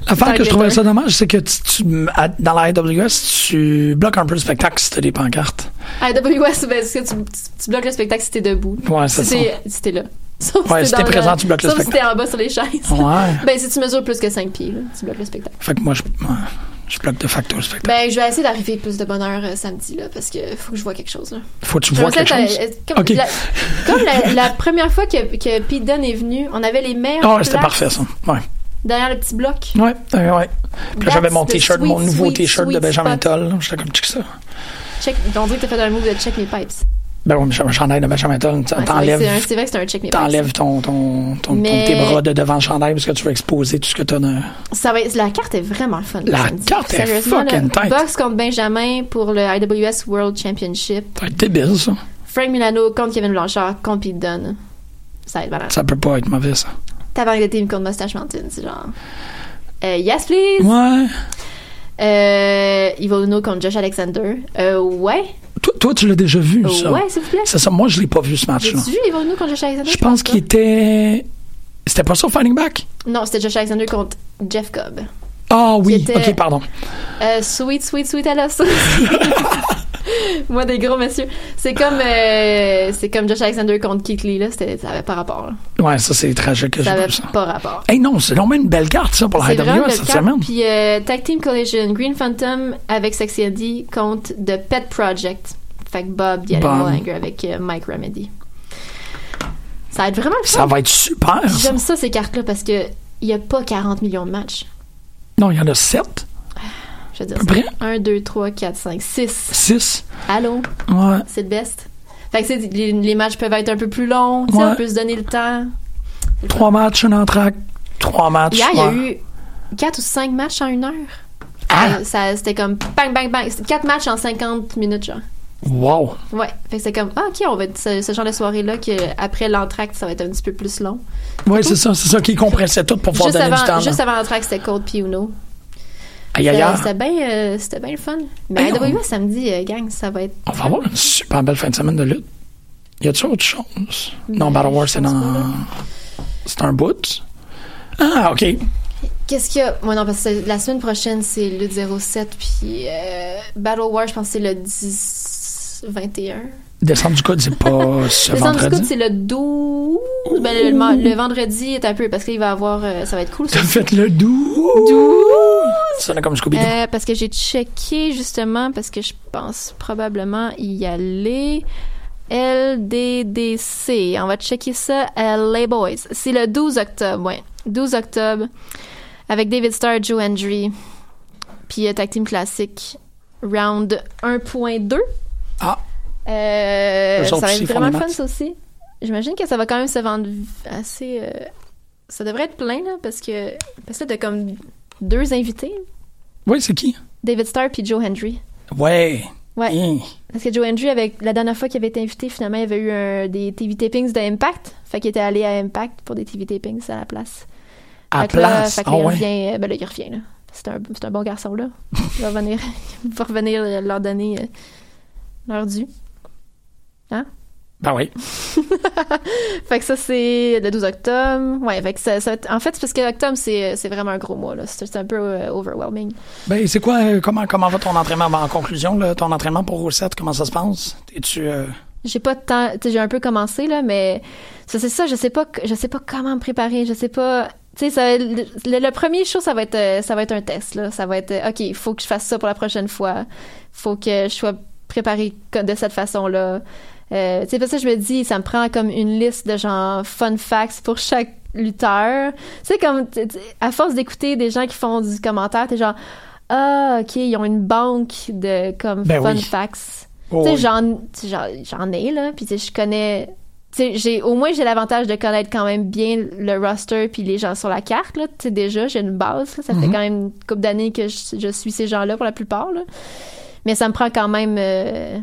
L'affaire Dans que je le trouvais glitter. ça dommage, c'est que tu, tu- à- dans la AWS, tu bloques un peu le spectacle si t'as des pancartes. À AWS, ben, c'est que tu, tu- tu bloques le spectacle si t'es debout. Ouais, c'est si t'es- Si t'es là. Sauf Ouais, si si t'es dans présent, tu bloques le sauf si spectacle. t'es en bas sur les chaises. Ouais. ben, si tu mesures plus que 5 pieds, là, tu bloques le spectacle. Fait que moi, je, ouais, je bloque de facto le spectacle. Ben, je vais essayer d'arriver plus de bonheur euh, samedi, là, parce que faut que je vois quelque chose, là. Faut que tu Je vois me quelque souviens chose. que, euh, Comme, Ok. la, comme la, la première fois que, que Pete Dunne est venu, on avait les meilleurs. Ah, c'était places parfait, ça. Ouais. Derrière le petit bloc. Ouais, ouais, ouais. Puis là, j'avais That's mon the t-shirt, sweet, mon nouveau sweet, t-shirt de sweet Benjamin spot. Toll. là. J'étais comme, check ça. Check, on dirait que t'as fait un move de check mes pipes. Ben oui, mais j'ai un chandail de Benjamin Toll. Ouais, c'est vrai que c'est un- T'enlèves c'est vrai que c'est un check mes pipes. t'enlèves ton, ton, ton, ton- Mais- tes bras de devant le chandail parce que tu veux exposer tout ce que t'as de... Ça va être- la carte est vraiment le fun. là, La samedi. carte est Sérieusement, là, fucking tight. Box contre Benjamin pour le IWS World Championship. T'es débile, ça. Frank Milano contre Kevin Blanchard contre Pete Dunne. Ça va être malade. Ça peut pas être mauvais, ça. Tabarnak de team contre Mustache Mountain, c'est genre. Euh, yes, please! Ouais. Euh, Evil Uno contre Josh Alexander. Euh, ouais. Toi, toi tu l'as déjà vu, ça. Ouais, s'il vous plaît. C'est ça. Moi, je l'ai pas vu, ce match-là. As-tu vu Evil Uno contre Josh Alexander? Je pense pas. qu'il était... C'était pas ça, Fighting Back? Non, c'était Josh Alexander contre Jeff Cobb. Ah oui, Qui était- ok, pardon. Euh, sweet, sweet, sweet à la sauce. Moi, des gros messieurs. C'est comme, euh, c'est comme Josh Alexander contre Keith Lee, là. C'était, ça avait pas rapport, là. Ouais, ça, c'est tragique que j'ai Ça pas avait vu ça. pas rapport. Hey non, c'est donc même une belle carte, ça, pour la C'est IWS vraiment le cette cap. semaine. Puis euh, Tag Team Collision, Green Phantom avec Sexy Andy contre The Pet Project. Fait que Bob, The Animal Bon. Anger avec euh, Mike Remedy. Ça va être vraiment le Ça fun. va être super, Puis ça. J'aime ça, ces cartes-là, parce que il y a pas 40 millions de matchs. Non, il y en a 7, Je veux peu près. dire, 1, 2, 3, 4, 5, 6. 6. Allô? Ouais. C'est le best. Fait que c'est- les, les matchs peuvent être un peu plus longs, tu sais, Ouais. on peut se donner le temps. Trois matchs, un entraque. Trois matchs. Hier, il y a ouais. eu 4 ou 5 matchs en une heure. Ah! Euh, ça, c'était comme bang, bang, bang. 4 matchs en 50 minutes, genre. Wow! Ouais. Fait que c'est comme, ah, ok, on va être ce, ce genre de soirée-là qu'après l'entracte, ça va être un petit peu plus long. Ouais, c'est ça, c'est ça qui compressait tout pour pouvoir Juste donner du temps. avant, là. juste avant l'entracte, c'était Cold puis Uno. Aïe, aïe, C'était aïe. c'était bien euh, c'était bien le fun. Mais Hey, AWS, on- samedi, euh, gang, ça va être. On va avoir une super belle fin de semaine de lutte. Y a-tu autre chose? Non, Ben, Battle War, je c'est pense pas, là. dans. C'est un bout. Ah, ok. Qu'est-ce qu'il y a? Moi, non, parce que la semaine prochaine, c'est le 07, puis euh, Battle War, je pense que c'est le 10... 21. Descendre du coude, c'est pas ce Le centre du coude, vendredi. c'est le 12. Ben, le, le- le vendredi est un peu, parce qu'il va avoir... euh, ça va être cool, ça. T'as fait le doux. Doux. Ça sonne comme Scooby-Doo. Euh, parce que j'ai checké, justement, parce que je pense probablement y aller... LDDC. On va checker ça à Les Boys. C'est le 12 octobre, ouais. 12 octobre, avec David Starr, Joe Hendry, puis euh, Tag Team Classic, round 1.2. Ah. Euh, Eux ça autres va aussi être font vraiment des fun, matchs. ça aussi. J'imagine que ça va quand même se vendre assez. euh, ça devrait être plein, là, parce que, parce que là, t'as comme deux invités, Ouais, c'est qui? David Starr puis Joe Hendry. Ouais. Ouais. Hein. Parce que Joe Andrew, avec la dernière fois qu'il avait été invité, finalement, il avait eu un, des TV tapings de Impact. Fait qu'il était allé à Impact pour des TV tapings à la place. À fait que là, place. fait que Ah là, il ouais. revient. euh, Ben là, il revient, là. C'est un, c'est un bon garçon, là. Il va revenir, il va revenir euh, leur donner euh, leur dû. Ben oui. Fait que ça, c'est le 12 octobre. Ouais, fait que ça, ça va être- En fait, c'est parce que octobre, c'est euh, c'est vraiment un gros mois, là. C'est c'est un peu euh, overwhelming. Ben, c'est quoi, euh, comment, comment va ton entraînement? Ben, en conclusion, là, ton entraînement pour Rosette, comment ça se passe? Es-tu. euh, J'ai pas de temps, tu sais, j'ai un peu commencé là, mais ça c'est ça, je sais pas, que- je sais pas comment me préparer, je sais pas, tu sais, ça- le, le premier show ça va être, euh, ça va être un test là, ça va être, euh, ok, il faut que je fasse ça pour la prochaine fois, faut que je sois préparée co- de cette façon là, Euh, c'est pour ça que je me dis, ça me prend comme une liste de genre fun facts pour chaque lutteur. Tu sais, comme, t- t- à force d'écouter des gens qui font du commentaire, t'es genre, ah, ok, ils ont une banque de comme Ben fun oui. facts. Oh tu sais, oui. j'en, tu sais, j'en- j'en ai, là, puis tu sais, je connais. Tu sais, j'ai, au moins, j'ai l'avantage de connaître quand même bien le roster puis les gens sur la carte, là. Tu sais, déjà, j'ai une base, là. Ça Mhm. fait quand même une couple d'années que je, je suis ces gens-là pour la plupart, là. Mais ça me prend quand même. euh,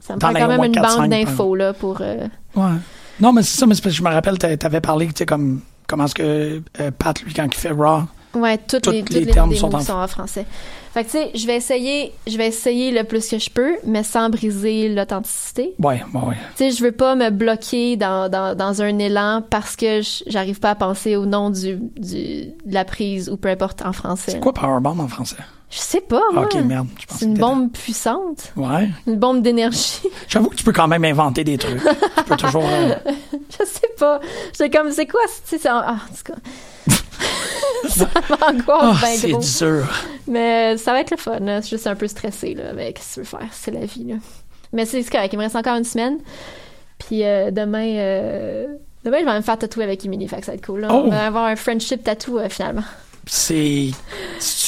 ça me T'en prend as quand au même moins une quatre, cinq, banque d'infos, là, pour. euh, Ouais. Non, mais c'est ça, mais c'est parce que je me rappelle, t'a- t'avais parlé, tu sais, comme, comment est-ce que euh, Pat, lui, quand il fait Raw, Ouais, toutes Toutes les, les toutes les termes des sont mots en- qui sont en français. Fait que tu sais, je vais essayer, je vais essayer le plus que je peux, mais sans briser l'authenticité. ouais, ouais, ouais. Tu sais, je veux pas me bloquer dans, dans, dans un élan parce que je- j'arrive pas à penser au nom du, du de la prise ou peu importe en français. C'est quoi Powerbomb en français? Je sais pas, Ah, moi. Ok, merde, je pense C'est une que bombe puissante, t'étais- Ouais. une bombe d'énergie. J'avoue que tu peux quand même inventer des trucs. tu peux toujours. euh, je sais pas. J'étais comme, c'est quoi, tu sais, c'est en... ah, en tout cas. ça Ah, m'angoisse ben c'est gros. dur. Mais ça va être le fun. là. Je suis juste un peu stressée, là. Mais qu'est-ce que tu veux faire? C'est la vie, là. Mais c'est c'est correct. Il me reste encore une semaine. Puis euh, demain, euh, demain, je vais me faire tatouer avec Emily. Fait que ça va être cool. là. Oh! On va avoir un friendship tattoo, euh, finalement. C'est.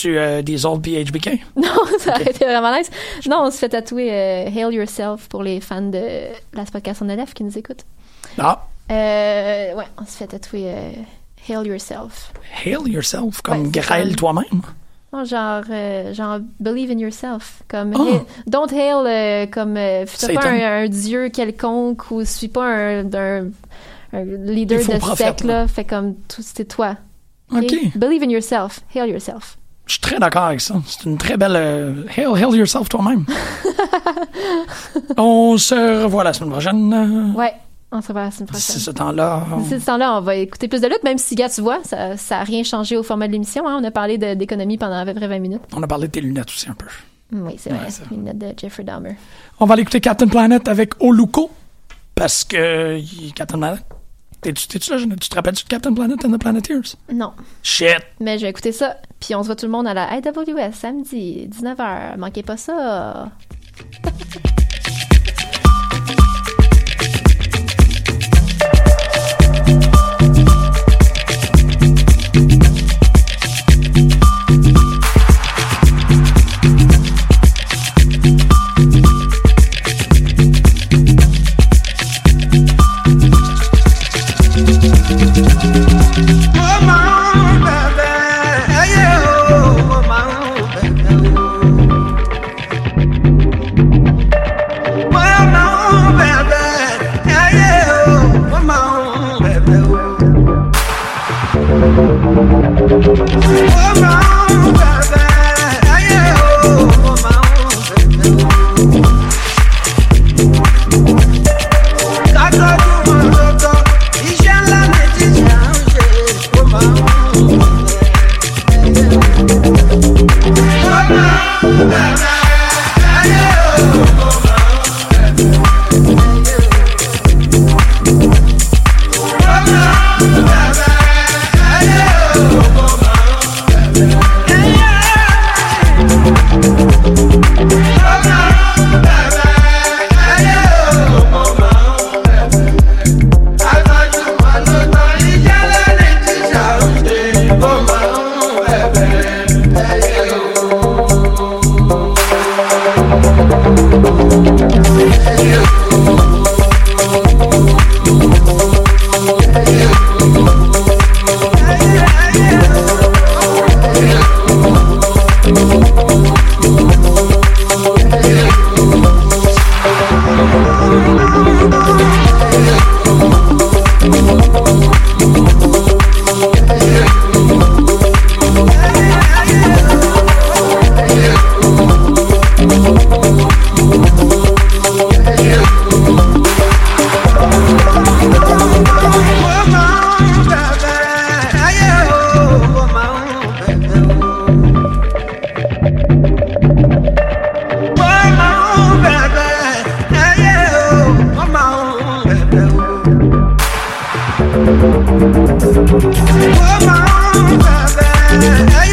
Tu des old PHBK? Non, ça a été vraiment nice. Non, on se fait tatouer euh, Hail Yourself pour les fans de Last Podcast en Aleph qui nous écoutent. Ah, Euh, ouais, on se fait tatouer euh, Hail Yourself. hail yourself, comme Ouais, Ben, c'est grêle ça. toi-même. Non, genre, euh, genre, believe in yourself. Comme, Oh. hail- don't hail euh, comme, euh, sois Satan. pas un, un dieu quelconque ou suis pas un, un- un leader Les faux de prophètes, secte, là. Fait comme, tout, c'est toi. Ok. ok? Believe in yourself. Hail yourself. Je suis très d'accord avec ça. C'est une très belle. euh, hail, hail yourself toi-même. On se revoit la semaine prochaine. Ouais, on se revoit la semaine prochaine. D'ici ce temps-là. on- D'ici ce temps-là, on va écouter plus de lutte, même si, gars, tu vois, ça n'a rien changé au format de l'émission. hein. On a parlé de- d'économie pendant à peu près 20 minutes. On a parlé de tes lunettes aussi un peu. Mm, Oui, c'est vrai. Une note de Jeffrey Dahmer. On va aller écouter Captain Planet avec Oluko. Parce que. il- Captain Planet. T'es-tu t'es-tu là? Jeannette? Tu te rappelles-tu de Captain Planet and the Planeteers? Non. Shit! Mais Ben, je vais écouter ça. Puis on se voit tout le monde à la AWS samedi, 19h. Manquez pas ça. Yeah.